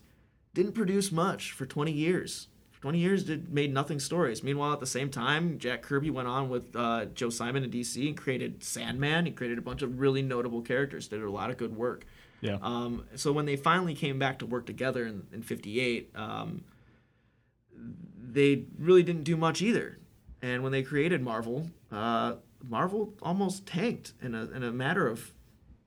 [SPEAKER 1] didn't produce much for 20 years. For 20 years, did made nothing stories. Meanwhile, at the same time, Jack Kirby went on with uh, Joe Simon in DC and created Sandman. He created a bunch of really notable characters. Did a lot of good work.
[SPEAKER 2] Yeah.
[SPEAKER 1] Um, so when they finally came back to work together in, in 58, um, they really didn't do much either. And when they created Marvel, uh, Marvel almost tanked in a, in a matter of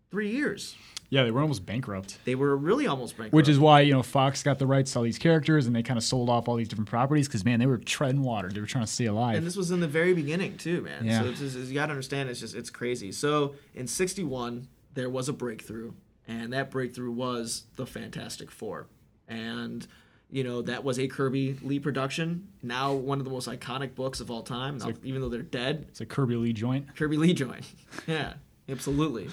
[SPEAKER 1] three years.
[SPEAKER 2] yeah, they were almost bankrupt.
[SPEAKER 1] They were really almost bankrupt.
[SPEAKER 2] Which is why, you know, Fox got the rights to all these characters and they kind of sold off all these different properties because, man, they were treading water. They were trying to stay alive.
[SPEAKER 1] and this was in the very beginning too, man.
[SPEAKER 2] Yeah.
[SPEAKER 1] So it's just, you gotta understand, it's just it's crazy. So in '61, there was a breakthrough, and that breakthrough was the Fantastic Four, and you know that was a Kirby Lee production. Now one of the most iconic books of all time. Now, even though they're dead,
[SPEAKER 2] it's a Kirby Lee joint.
[SPEAKER 1] Kirby Lee joined. yeah, absolutely.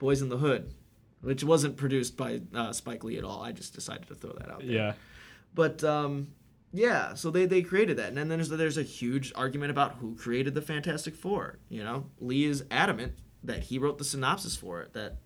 [SPEAKER 1] Boys in the Hood, which wasn't produced by uh, Spike Lee at all. I just decided to throw that out there.
[SPEAKER 2] Yeah.
[SPEAKER 1] But um, yeah, so they, they created that, and then there's there's a huge argument about who created the Fantastic Four. You know, Lee is adamant that he wrote the synopsis for it that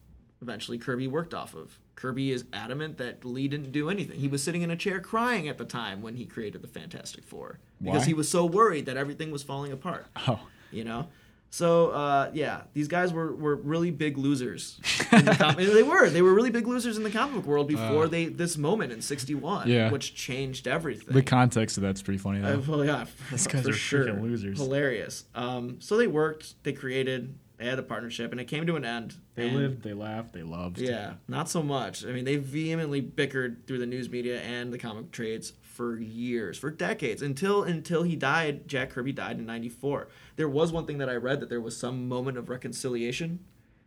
[SPEAKER 1] eventually Kirby worked off of. Kirby is adamant that Lee didn't do anything. He was sitting in a chair crying at the time when he created the Fantastic Four because
[SPEAKER 2] Why?
[SPEAKER 1] he was so worried that everything was falling apart
[SPEAKER 2] Oh,
[SPEAKER 1] you know so uh, yeah these guys were, were really big losers in the com- they were they were really big losers in the comic book world before they this moment in 61
[SPEAKER 2] Uh. Yeah.
[SPEAKER 1] which changed everything
[SPEAKER 2] the context of that's pretty funny, though.
[SPEAKER 1] Uh, well, yeah, for,
[SPEAKER 2] These guys
[SPEAKER 1] for
[SPEAKER 2] are freaking
[SPEAKER 1] sure.
[SPEAKER 2] losers.
[SPEAKER 1] hilarious um, so they worked they created they had a partnership and it came to an end
[SPEAKER 2] they
[SPEAKER 1] and-
[SPEAKER 2] lived, they laughed, they loved.
[SPEAKER 1] yeah not so much i mean they vehemently bickered through the news media and the comic trades for years for decades until until he died jack kirby died in 94 there was one thing that i read that there was some moment of reconciliation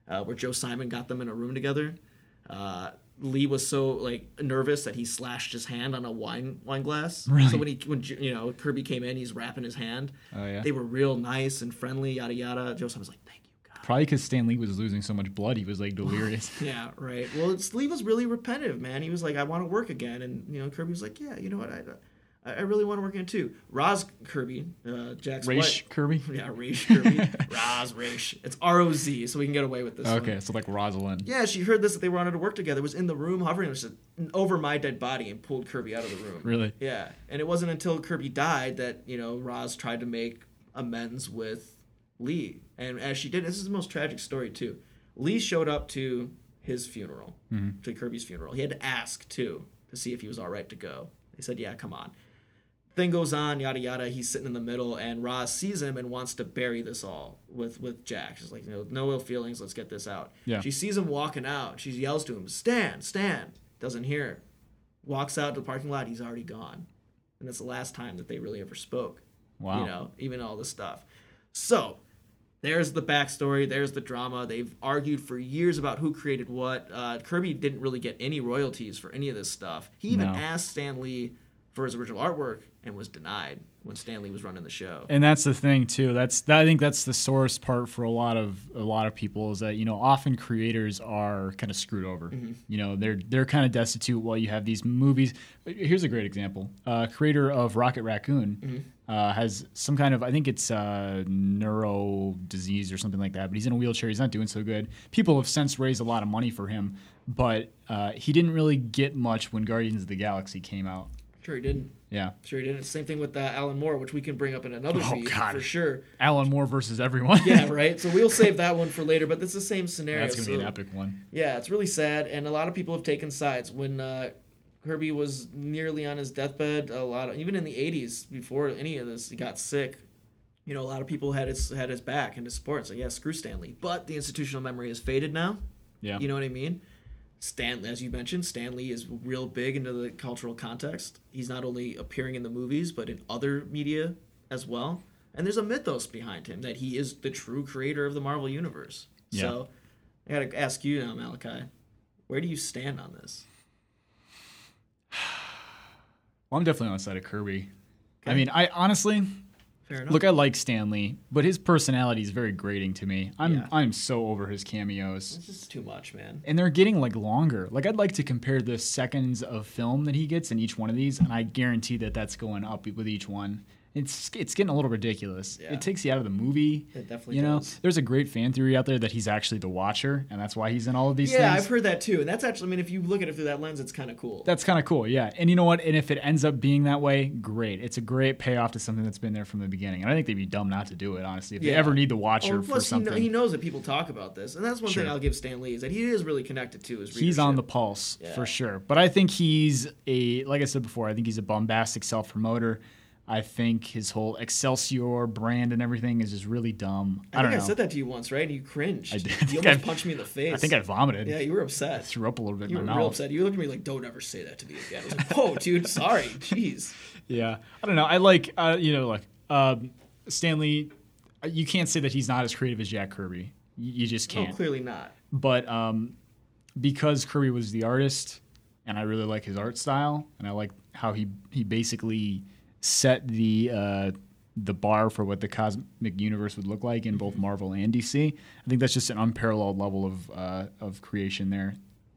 [SPEAKER 1] uh, where joe simon got them in a room together uh, Lee was so like nervous that he slashed his hand on a wine wine glass.
[SPEAKER 2] Really?
[SPEAKER 1] So when he when Ju- you know Kirby came in, he's wrapping his hand.
[SPEAKER 2] Oh, yeah.
[SPEAKER 1] They were real nice and friendly, yada yada. Joseph was like, "Thank you, God."
[SPEAKER 2] Probably because Stan Lee was losing so much blood, he was like delirious.
[SPEAKER 1] Yeah, right. Well, it's, Lee was really repetitive, man. He was like, "I want to work again," and you know Kirby was like, "Yeah, you know what? I I I really want to work again too." Roz Kirby, uh, Jack's
[SPEAKER 2] Raish Kirby.
[SPEAKER 1] wife- Yeah, Raish Kirby. Roz Raish. It's R O Z, so we can get away with this. one.
[SPEAKER 2] Okay, so like Rosalind.
[SPEAKER 1] Yeah, she heard this that they wanted to work together. Was in the room hovering, was over my dead body and pulled Kirby out of the room.
[SPEAKER 2] Really?
[SPEAKER 1] Yeah, and it wasn't until Kirby died that you know Roz tried to make amends with Lee, and as she did, this is the most tragic story too. Lee showed up to his funeral,
[SPEAKER 2] Mm-hmm.
[SPEAKER 1] to Kirby's funeral. He had to ask too to see if he was all right to go. They said, "Yeah, come on." Thing goes on, yada yada. He's sitting in the middle, and Roz sees him and wants to bury this all with with Jack. She's like, "No, no ill feelings. Let's get this out."
[SPEAKER 2] Yeah.
[SPEAKER 1] She sees him walking out. She yells to him, "Stan, Stan!" Doesn't hear him walks out to the parking lot, he's already gone. And that's the last time that they really ever spoke.
[SPEAKER 2] Wow.
[SPEAKER 1] You know, even all this stuff. So there's the backstory. There's the drama. They've argued for years about who created what. Uh, Kirby didn't really get any royalties for any of this stuff. He even
[SPEAKER 2] No.
[SPEAKER 1] asked Stan Lee for his original artwork and was denied when Stan Lee was running the show.
[SPEAKER 2] And that's the thing too. That's that, I think that's the sorest part for a lot of a lot of people is that you know often creators are kind of screwed over.
[SPEAKER 1] Mm-hmm.
[SPEAKER 2] You know they're they're kind of destitute while you have these movies. Here's a great example. Uh, creator of Rocket Raccoon
[SPEAKER 1] Mm-hmm.
[SPEAKER 2] uh, has some kind of I think it's uh, neuro disease or something like that. But he's in a wheelchair. He's not doing so good. People have since raised a lot of money for him, but uh, he didn't really get much when Guardians of the Galaxy came out.
[SPEAKER 1] Sure, he didn't.
[SPEAKER 2] Yeah,
[SPEAKER 1] Sure, he didn't. Same thing with uh, Alan Moore, which we can bring up in another
[SPEAKER 2] Oh,
[SPEAKER 1] feed
[SPEAKER 2] God.
[SPEAKER 1] for sure.
[SPEAKER 2] Alan Moore versus everyone.
[SPEAKER 1] Yeah, right. So we'll save that one for later. But it's the same scenario.
[SPEAKER 2] That's gonna be an
[SPEAKER 1] so-
[SPEAKER 2] epic one.
[SPEAKER 1] Yeah, it's really sad, and a lot of people have taken sides. When uh, Kirby was nearly on his deathbed, a lot of even in the '80s, before any of this, he got sick. You know, a lot of people had his had his back and his support. So yeah, screw Stanley. But the institutional memory is faded now.
[SPEAKER 2] Yeah.
[SPEAKER 1] You know what I mean? Stan, as you mentioned, Stanley is real big into the cultural context. He's not only appearing in the movies, but in other media as well. And there's a mythos behind him that he is the true creator of the Marvel Universe. So I got to ask you now, Malachi, where do you stand on this?
[SPEAKER 2] Well, I'm definitely on the side of Kirby. I mean, I honestly
[SPEAKER 1] Fair enough.
[SPEAKER 2] look. I like Stanley, but his personality is very grating to me. I'm
[SPEAKER 1] Yeah.
[SPEAKER 2] I'm so over his cameos,
[SPEAKER 1] this is too much, man.
[SPEAKER 2] and they're getting like longer. Like I'd like to compare the seconds of film that he gets in each one of these, and I guarantee that that's going up with each one. It's it's getting a little ridiculous.
[SPEAKER 1] Yeah.
[SPEAKER 2] It takes you out of the movie.
[SPEAKER 1] It definitely
[SPEAKER 2] you know.
[SPEAKER 1] does.
[SPEAKER 2] There's a great fan theory out there that he's actually the Watcher, and that's why he's in all of these
[SPEAKER 1] Yeah,
[SPEAKER 2] things.
[SPEAKER 1] I've heard that too. And that's actually, I mean, if you look at it through that lens, it's kind of cool.
[SPEAKER 2] That's kind of cool, yeah. And you know what? And if it ends up being that way, great. It's a great payoff to something that's been there from the beginning. And I think they'd be dumb not to do it, honestly. If
[SPEAKER 1] Yeah.
[SPEAKER 2] they ever need the
[SPEAKER 1] Oh,
[SPEAKER 2] Watcher
[SPEAKER 1] and
[SPEAKER 2] for
[SPEAKER 1] plus, he, kno-
[SPEAKER 2] something,
[SPEAKER 1] he knows that people talk about this. And that's one
[SPEAKER 2] Sure.
[SPEAKER 1] thing I'll give Stan Lee is that he is really connected to his
[SPEAKER 2] he's on
[SPEAKER 1] readership.
[SPEAKER 2] the pulse
[SPEAKER 1] Yeah.
[SPEAKER 2] for sure. But I think he's a, like I said before, I think he's a bombastic self promoter. I think his whole Excelsior brand and everything is just really dumb. I,
[SPEAKER 1] I,
[SPEAKER 2] don't
[SPEAKER 1] think
[SPEAKER 2] know.
[SPEAKER 1] I said that to you once, right? And you cringed.
[SPEAKER 2] I did. I
[SPEAKER 1] You
[SPEAKER 2] think
[SPEAKER 1] almost
[SPEAKER 2] I-
[SPEAKER 1] punched me in the face.
[SPEAKER 2] I think I vomited.
[SPEAKER 1] Yeah, you were upset.
[SPEAKER 2] threw up a little bit
[SPEAKER 1] You were
[SPEAKER 2] in my
[SPEAKER 1] real
[SPEAKER 2] mouth.
[SPEAKER 1] upset. You looked at me like, "Don't ever say that to me again." I was like, "Oh, dude, sorry. Jeez."
[SPEAKER 2] Yeah, I don't know. I like uh, you know, look, um, Stanley. You can't say that he's not as creative as Jack Kirby. You, you just
[SPEAKER 1] No,
[SPEAKER 2] can't.
[SPEAKER 1] Oh, clearly not.
[SPEAKER 2] but um, because Kirby was the artist, and I really like his art style, and I like how he he basically set the uh, the bar for what the cosmic universe would look like in
[SPEAKER 1] Mm-hmm.
[SPEAKER 2] both Marvel and DC. I think that's just an unparalleled level of uh, of creation there,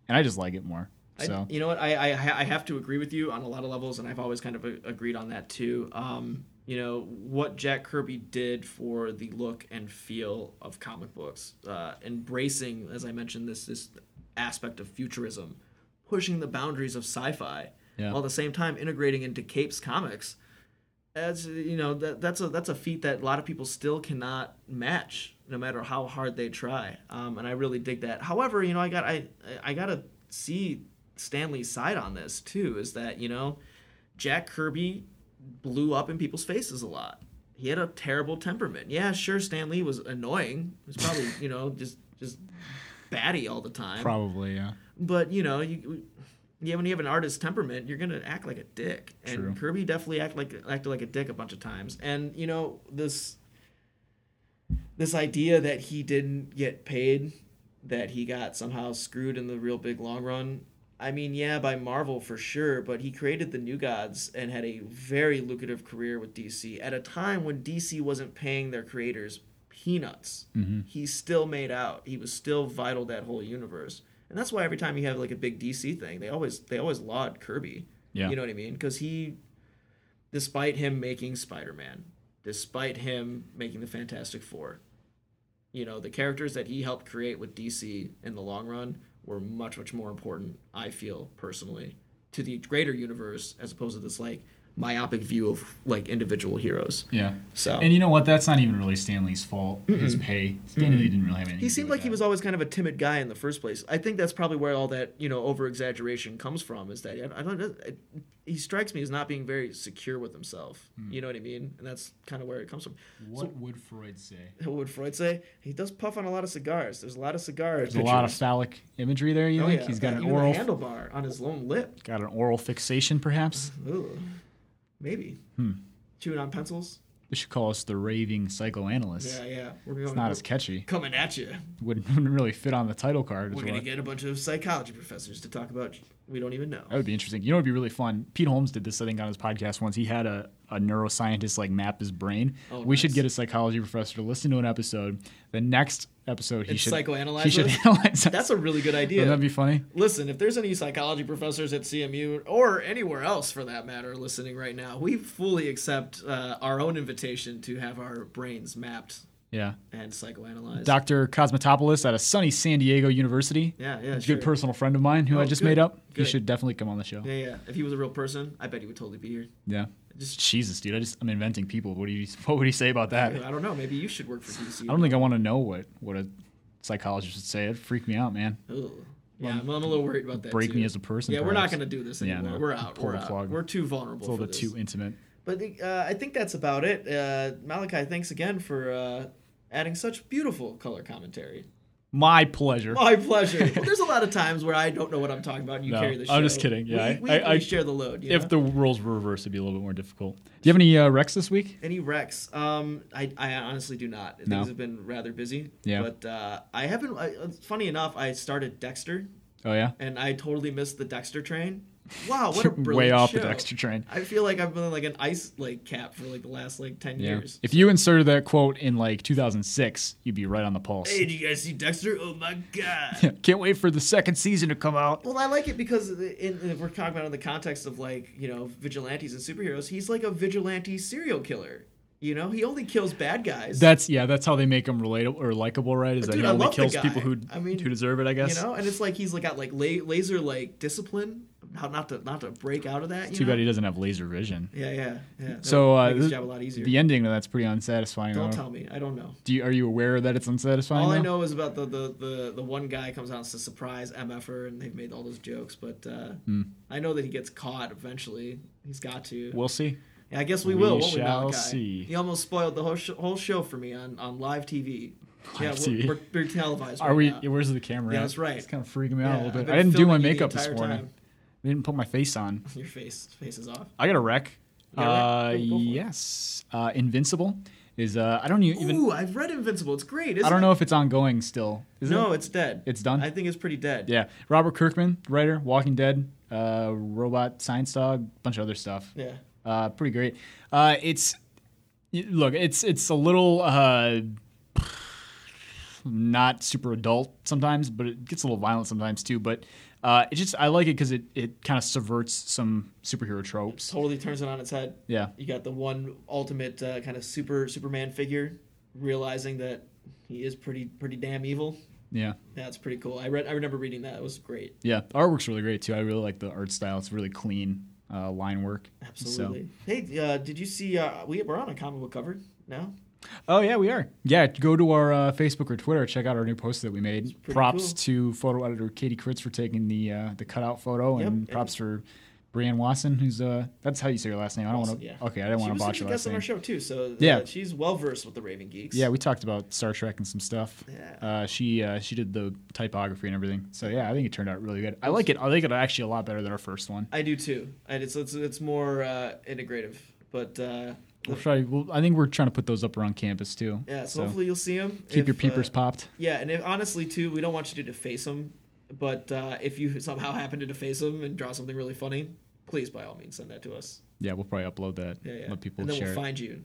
[SPEAKER 2] and I just like it more.
[SPEAKER 1] I-
[SPEAKER 2] So
[SPEAKER 1] you know what? I, I ha- I have to agree with you on a lot of levels, and I've always kind of a- agreed on that too. Um, you know what Jack Kirby did for the look and feel of comic books, uh, embracing, as I mentioned, this this aspect of futurism, pushing the boundaries of sci-fi,
[SPEAKER 2] Yeah.
[SPEAKER 1] while at the same time integrating into Capes comics. As you know, that, that's a that's a feat that a lot of people still cannot match, no matter how hard they try. Um, and I really dig that. However, you know, I got I I gotta see Stanley's side on this too. Is that you know, Jack Kirby blew up in people's faces a lot. He had a terrible temperament. Yeah, sure, Stan Lee was annoying. He was probably you know just just batty all the time.
[SPEAKER 2] probably yeah.
[SPEAKER 1] But you know, you yeah, when you have an artist temperament, you're gonna act like a dick. And
[SPEAKER 2] True.
[SPEAKER 1] Kirby definitely act like acted like a dick a bunch of times. And you know this this idea that he didn't get paid, that he got somehow screwed in the real big long run. I mean, yeah, by Marvel for sure, but he created the New Gods and had a very lucrative career with DC at a time when DC wasn't paying their creators peanuts. He still made out. He was still vital to that whole universe, and that's why every time you have like a big DC thing, they always they always laud Kirby.
[SPEAKER 2] Yeah.
[SPEAKER 1] you know what I mean? Because he, despite him making Spider Man, despite him making the Fantastic Four, you know the characters that he helped create with DC in the long run were much much more important I feel personally to the greater universe as opposed to this like myopic view of like individual heroes.
[SPEAKER 2] Yeah.
[SPEAKER 1] So
[SPEAKER 2] And you know what? That's not even really Stanley's fault. His pay. Stanley Lee didn't really have anything.
[SPEAKER 1] he
[SPEAKER 2] to do
[SPEAKER 1] seemed
[SPEAKER 2] with
[SPEAKER 1] like he
[SPEAKER 2] that.
[SPEAKER 1] was always kind of a timid guy in the first place. I think that's probably where all that you know over exaggeration comes from. Is that I don't I, he strikes me as not being very secure with himself. You know what I mean? And that's kind of where it comes from.
[SPEAKER 2] Hmm. What would Freud say?
[SPEAKER 1] What would Freud say? He does puff on a lot of cigars. There's a lot of cigars.
[SPEAKER 2] There's a lot of phallic imagery there.
[SPEAKER 1] Oh,
[SPEAKER 2] You think he's got an
[SPEAKER 1] even
[SPEAKER 2] oral,
[SPEAKER 1] the handlebar on his lone lip.
[SPEAKER 2] got an oral fixation, perhaps?
[SPEAKER 1] Ooh, maybe.
[SPEAKER 2] Hmm.
[SPEAKER 1] Chewing on pencils.
[SPEAKER 2] They should call us the raving psychoanalysts.
[SPEAKER 1] Yeah, yeah. We're going
[SPEAKER 2] It's not as catchy.
[SPEAKER 1] coming at you.
[SPEAKER 2] Wouldn't, wouldn't really fit on the title card. is
[SPEAKER 1] We're gonna
[SPEAKER 2] what-
[SPEAKER 1] get a bunch of psychology professors to talk about. We don't even know.
[SPEAKER 2] That would be interesting. You know, it'd be really fun. Pete Holmes did this, I think, on his podcast once. He had a, a neuroscientist like map his brain.
[SPEAKER 1] Oh,
[SPEAKER 2] we should
[SPEAKER 1] nice.
[SPEAKER 2] get a psychology professor to listen to an episode. The next episode, he
[SPEAKER 1] And
[SPEAKER 2] should
[SPEAKER 1] psychoanalyze
[SPEAKER 2] He should
[SPEAKER 1] us?
[SPEAKER 2] analyze. us.
[SPEAKER 1] That's a really good idea.
[SPEAKER 2] Wouldn't that be funny?
[SPEAKER 1] Listen, if there's any psychology professors at CMU or anywhere else for that matter listening right now, we fully accept uh, our own invitation to have our brains mapped
[SPEAKER 2] Yeah.
[SPEAKER 1] and psychoanalyzed.
[SPEAKER 2] Dr. Cosmetopoulos at a sunny San Diego University.
[SPEAKER 1] yeah, yeah,
[SPEAKER 2] He's a
[SPEAKER 1] sure.
[SPEAKER 2] good personal friend of mine who
[SPEAKER 1] Oh,
[SPEAKER 2] I just
[SPEAKER 1] good.
[SPEAKER 2] made up. He
[SPEAKER 1] Good.
[SPEAKER 2] should definitely come on the show.
[SPEAKER 1] Yeah, yeah. If he was a real person, I bet he would totally be here.
[SPEAKER 2] Yeah.
[SPEAKER 1] Just
[SPEAKER 2] Jesus, dude, I just I'm inventing people. What do you what would he say about that?
[SPEAKER 1] I don't know. Maybe you should work for DC.
[SPEAKER 2] I don't think I want to know what what a psychologist would say. It'd freak me out, man.
[SPEAKER 1] Ugh. Yeah, I'm, I'm a little worried about that.
[SPEAKER 2] break me
[SPEAKER 1] too.
[SPEAKER 2] as a person,
[SPEAKER 1] Yeah, we're not
[SPEAKER 2] perhaps.
[SPEAKER 1] going to do this
[SPEAKER 2] Yeah,
[SPEAKER 1] anymore.
[SPEAKER 2] no.
[SPEAKER 1] We're out.
[SPEAKER 2] Pull
[SPEAKER 1] We're
[SPEAKER 2] the
[SPEAKER 1] out.
[SPEAKER 2] plug.
[SPEAKER 1] We're too vulnerable.
[SPEAKER 2] It's a little
[SPEAKER 1] for
[SPEAKER 2] bit
[SPEAKER 1] this.
[SPEAKER 2] too intimate.
[SPEAKER 1] But uh, I think that's about it. Uh, Malachi, thanks again for uh, adding such beautiful color commentary.
[SPEAKER 2] My pleasure.
[SPEAKER 1] My pleasure. Well, there's a lot of times where I don't know what I'm talking about, and you
[SPEAKER 2] No,
[SPEAKER 1] carry the show.
[SPEAKER 2] I'm just kidding. Yeah,
[SPEAKER 1] we, we,
[SPEAKER 2] I- I-
[SPEAKER 1] we share the load. you know?
[SPEAKER 2] If the roles were reversed, it'd be a little bit more difficult. Do you have any uh, wrecks this week?
[SPEAKER 1] Any wrecks? Um, I, I honestly do not. Things
[SPEAKER 2] No.
[SPEAKER 1] have been rather busy.
[SPEAKER 2] Yeah.
[SPEAKER 1] But uh, I haven't. I, it's funny enough, I started Dexter,
[SPEAKER 2] Oh yeah,
[SPEAKER 1] and I totally missed the Dexter train. Wow, what a brilliant
[SPEAKER 2] way off the
[SPEAKER 1] show.
[SPEAKER 2] Dexter train.
[SPEAKER 1] I feel like I've been on, like an ice like cap for like the last like ten
[SPEAKER 2] Yeah.
[SPEAKER 1] years.
[SPEAKER 2] If you inserted that quote in like 2006, you'd be right on the pulse.
[SPEAKER 1] Hey, do you guys see Dexter? Oh my god.
[SPEAKER 2] Can't wait for the second season to come out.
[SPEAKER 1] Well, I like it because in, in, if we're talking about it in the context of like you know vigilantes and superheroes, he's like a vigilante serial killer. You know, he only kills bad guys.
[SPEAKER 2] That's yeah. That's how they make him relatable or likable, right? Is that
[SPEAKER 1] Dude,
[SPEAKER 2] he
[SPEAKER 1] I
[SPEAKER 2] only
[SPEAKER 1] love the
[SPEAKER 2] kills
[SPEAKER 1] guy.
[SPEAKER 2] people who
[SPEAKER 1] I mean,
[SPEAKER 2] who deserve it? I
[SPEAKER 1] you
[SPEAKER 2] guess.
[SPEAKER 1] know, and it's like he's like got like la- laser like discipline. Not not to not to break out of that. You
[SPEAKER 2] Too
[SPEAKER 1] know?
[SPEAKER 2] bad he doesn't have laser vision.
[SPEAKER 1] Yeah, yeah, yeah. That
[SPEAKER 2] So
[SPEAKER 1] would
[SPEAKER 2] uh,
[SPEAKER 1] make his
[SPEAKER 2] th-
[SPEAKER 1] job a lot easier.
[SPEAKER 2] the uh, ending though, that's pretty unsatisfying.
[SPEAKER 1] Don't
[SPEAKER 2] though.
[SPEAKER 1] tell me. I don't know.
[SPEAKER 2] Do you, are you aware that it's unsatisfying?
[SPEAKER 1] All I
[SPEAKER 2] though?
[SPEAKER 1] know is about the, the, the, the one guy comes out and says surprise MFer and they've made all those jokes, but uh,
[SPEAKER 2] Hmm.
[SPEAKER 1] I know that he gets caught eventually. He's got to.
[SPEAKER 2] We'll see.
[SPEAKER 1] Yeah, I guess we, will.
[SPEAKER 2] We
[SPEAKER 1] won't we,
[SPEAKER 2] shall
[SPEAKER 1] Malachi?
[SPEAKER 2] see.
[SPEAKER 1] You almost spoiled the whole sh- whole show for me on, on live TV. yeah,
[SPEAKER 2] Live
[SPEAKER 1] we're,
[SPEAKER 2] TV.
[SPEAKER 1] We're, we're televised.
[SPEAKER 2] Are
[SPEAKER 1] right
[SPEAKER 2] we?
[SPEAKER 1] now.
[SPEAKER 2] Where's the camera?
[SPEAKER 1] Yeah,
[SPEAKER 2] at?
[SPEAKER 1] that's right.
[SPEAKER 2] It's kind of freaking me
[SPEAKER 1] Yeah,
[SPEAKER 2] out a little
[SPEAKER 1] I've
[SPEAKER 2] bit.
[SPEAKER 1] been
[SPEAKER 2] I didn't do my
[SPEAKER 1] filming you the
[SPEAKER 2] makeup this
[SPEAKER 1] entire
[SPEAKER 2] morning.
[SPEAKER 1] time.
[SPEAKER 2] I didn't put my face on.
[SPEAKER 1] Your face faces off.
[SPEAKER 2] I got a wreck.
[SPEAKER 1] got a wreck?
[SPEAKER 2] Uh,
[SPEAKER 1] Go- go for it.
[SPEAKER 2] yes, uh, Invincible is. Uh, I don't e- even.
[SPEAKER 1] Ooh, I've read Invincible. It's great. Isn't
[SPEAKER 2] I don't
[SPEAKER 1] it?
[SPEAKER 2] know if it's ongoing still. Is
[SPEAKER 1] No,
[SPEAKER 2] it?
[SPEAKER 1] it's dead.
[SPEAKER 2] It's done?
[SPEAKER 1] I think it's pretty dead.
[SPEAKER 2] Yeah, Robert Kirkman, writer, Walking Dead, uh, Robot Science Dog, bunch of other stuff.
[SPEAKER 1] Yeah.
[SPEAKER 2] Uh, pretty great. Uh, it's y- look, it's it's a little uh, not super adult sometimes, but it gets a little violent sometimes too. But uh, it just I like it because it it kind of subverts some superhero tropes.
[SPEAKER 1] Totally turns it on its head.
[SPEAKER 2] Yeah,
[SPEAKER 1] You got the one ultimate uh, kind of super Superman figure realizing that he is pretty pretty damn evil.
[SPEAKER 2] yeah,
[SPEAKER 1] That's pretty cool. I read. I remember reading that. It was great.
[SPEAKER 2] yeah. Artwork's really great too. I really like the art style. It's really clean uh, line work. So-
[SPEAKER 1] Absolutely. Hey, uh, did you see? Uh, we we're on a comic book cover now.
[SPEAKER 2] Oh yeah, we are. Yeah, go to our uh, Facebook or Twitter. Check out our new post that we made.
[SPEAKER 1] pretty
[SPEAKER 2] Props
[SPEAKER 1] cool.
[SPEAKER 2] to photo editor Katie Kritz for taking the uh, the cutout photo,
[SPEAKER 1] Yep,
[SPEAKER 2] and
[SPEAKER 1] and-
[SPEAKER 2] props for Brianne Wasson, who's uh that's how you say her last name. I don't want to.
[SPEAKER 1] Yeah.
[SPEAKER 2] Okay, I didn't want to botch
[SPEAKER 1] She
[SPEAKER 2] her
[SPEAKER 1] was such a guest
[SPEAKER 2] last
[SPEAKER 1] on our show
[SPEAKER 2] name.
[SPEAKER 1] too, so uh,
[SPEAKER 2] Yeah.
[SPEAKER 1] she's well versed with the Raven Geeks.
[SPEAKER 2] Yeah, we talked about Star Trek and some stuff.
[SPEAKER 1] Yeah.
[SPEAKER 2] Uh, she uh, she did the typography and everything. So yeah, I think it turned out really good. I like it. I like it actually a lot better than our first one.
[SPEAKER 1] I do too, and it's it's, it's more uh, integrative. But uh,
[SPEAKER 2] We'll try. We'll, I think we're trying to put those up around campus too.
[SPEAKER 1] yeah, so, hopefully you'll see uh, them.
[SPEAKER 2] keep your peepers popped.
[SPEAKER 1] yeah, and if, honestly too, we don't want you to deface them But uh, if you somehow happen to deface them and draw something really funny, please by all means send that to us.
[SPEAKER 2] Yeah, we'll probably upload that.
[SPEAKER 1] Yeah, yeah.
[SPEAKER 2] Let people
[SPEAKER 1] and then
[SPEAKER 2] share
[SPEAKER 1] we'll
[SPEAKER 2] it.
[SPEAKER 1] find you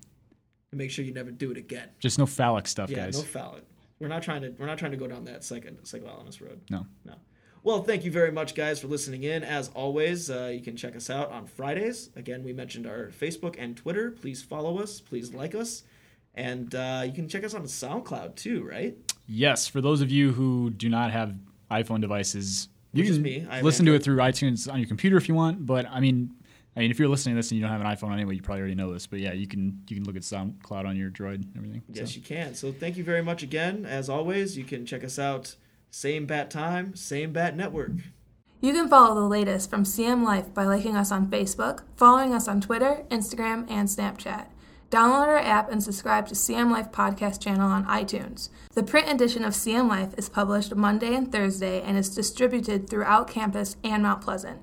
[SPEAKER 1] and make sure you never do it again.
[SPEAKER 2] Just no phallic stuff,
[SPEAKER 1] Yeah,
[SPEAKER 2] guys.
[SPEAKER 1] no phallic. We're not trying to we're not trying to go down that second psychoanalyst road.
[SPEAKER 2] No.
[SPEAKER 1] No. Well, thank you very much, guys, for listening in. As always, uh, you can check us out on Fridays. Again, we mentioned our Facebook and Twitter. Please follow us. Please like us. And uh, you can check us on SoundCloud too, right?
[SPEAKER 2] Yes, for those of you who do not have iPhone devices, you
[SPEAKER 1] Which is
[SPEAKER 2] can
[SPEAKER 1] me. I have
[SPEAKER 2] listen to it through iTunes on your computer if you want. But I mean, I mean, if you're listening to this and you don't have an iPhone anyway, you probably already know this. But yeah, you can you can look at SoundCloud on your Droid and everything.
[SPEAKER 1] Yes,
[SPEAKER 2] So,
[SPEAKER 1] you can. So thank you very much again. As always, you can check us out. Same bat time, same bat network.
[SPEAKER 5] You can follow the latest from CM Life by liking us on Facebook, following us on Twitter, Instagram, and Snapchat. Download our app and subscribe to CM Life podcast channel on iTunes. The print edition of CM Life is published Monday and Thursday and is distributed throughout campus and Mount Pleasant.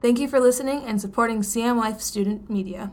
[SPEAKER 5] Thank you for listening and supporting CM Life student media.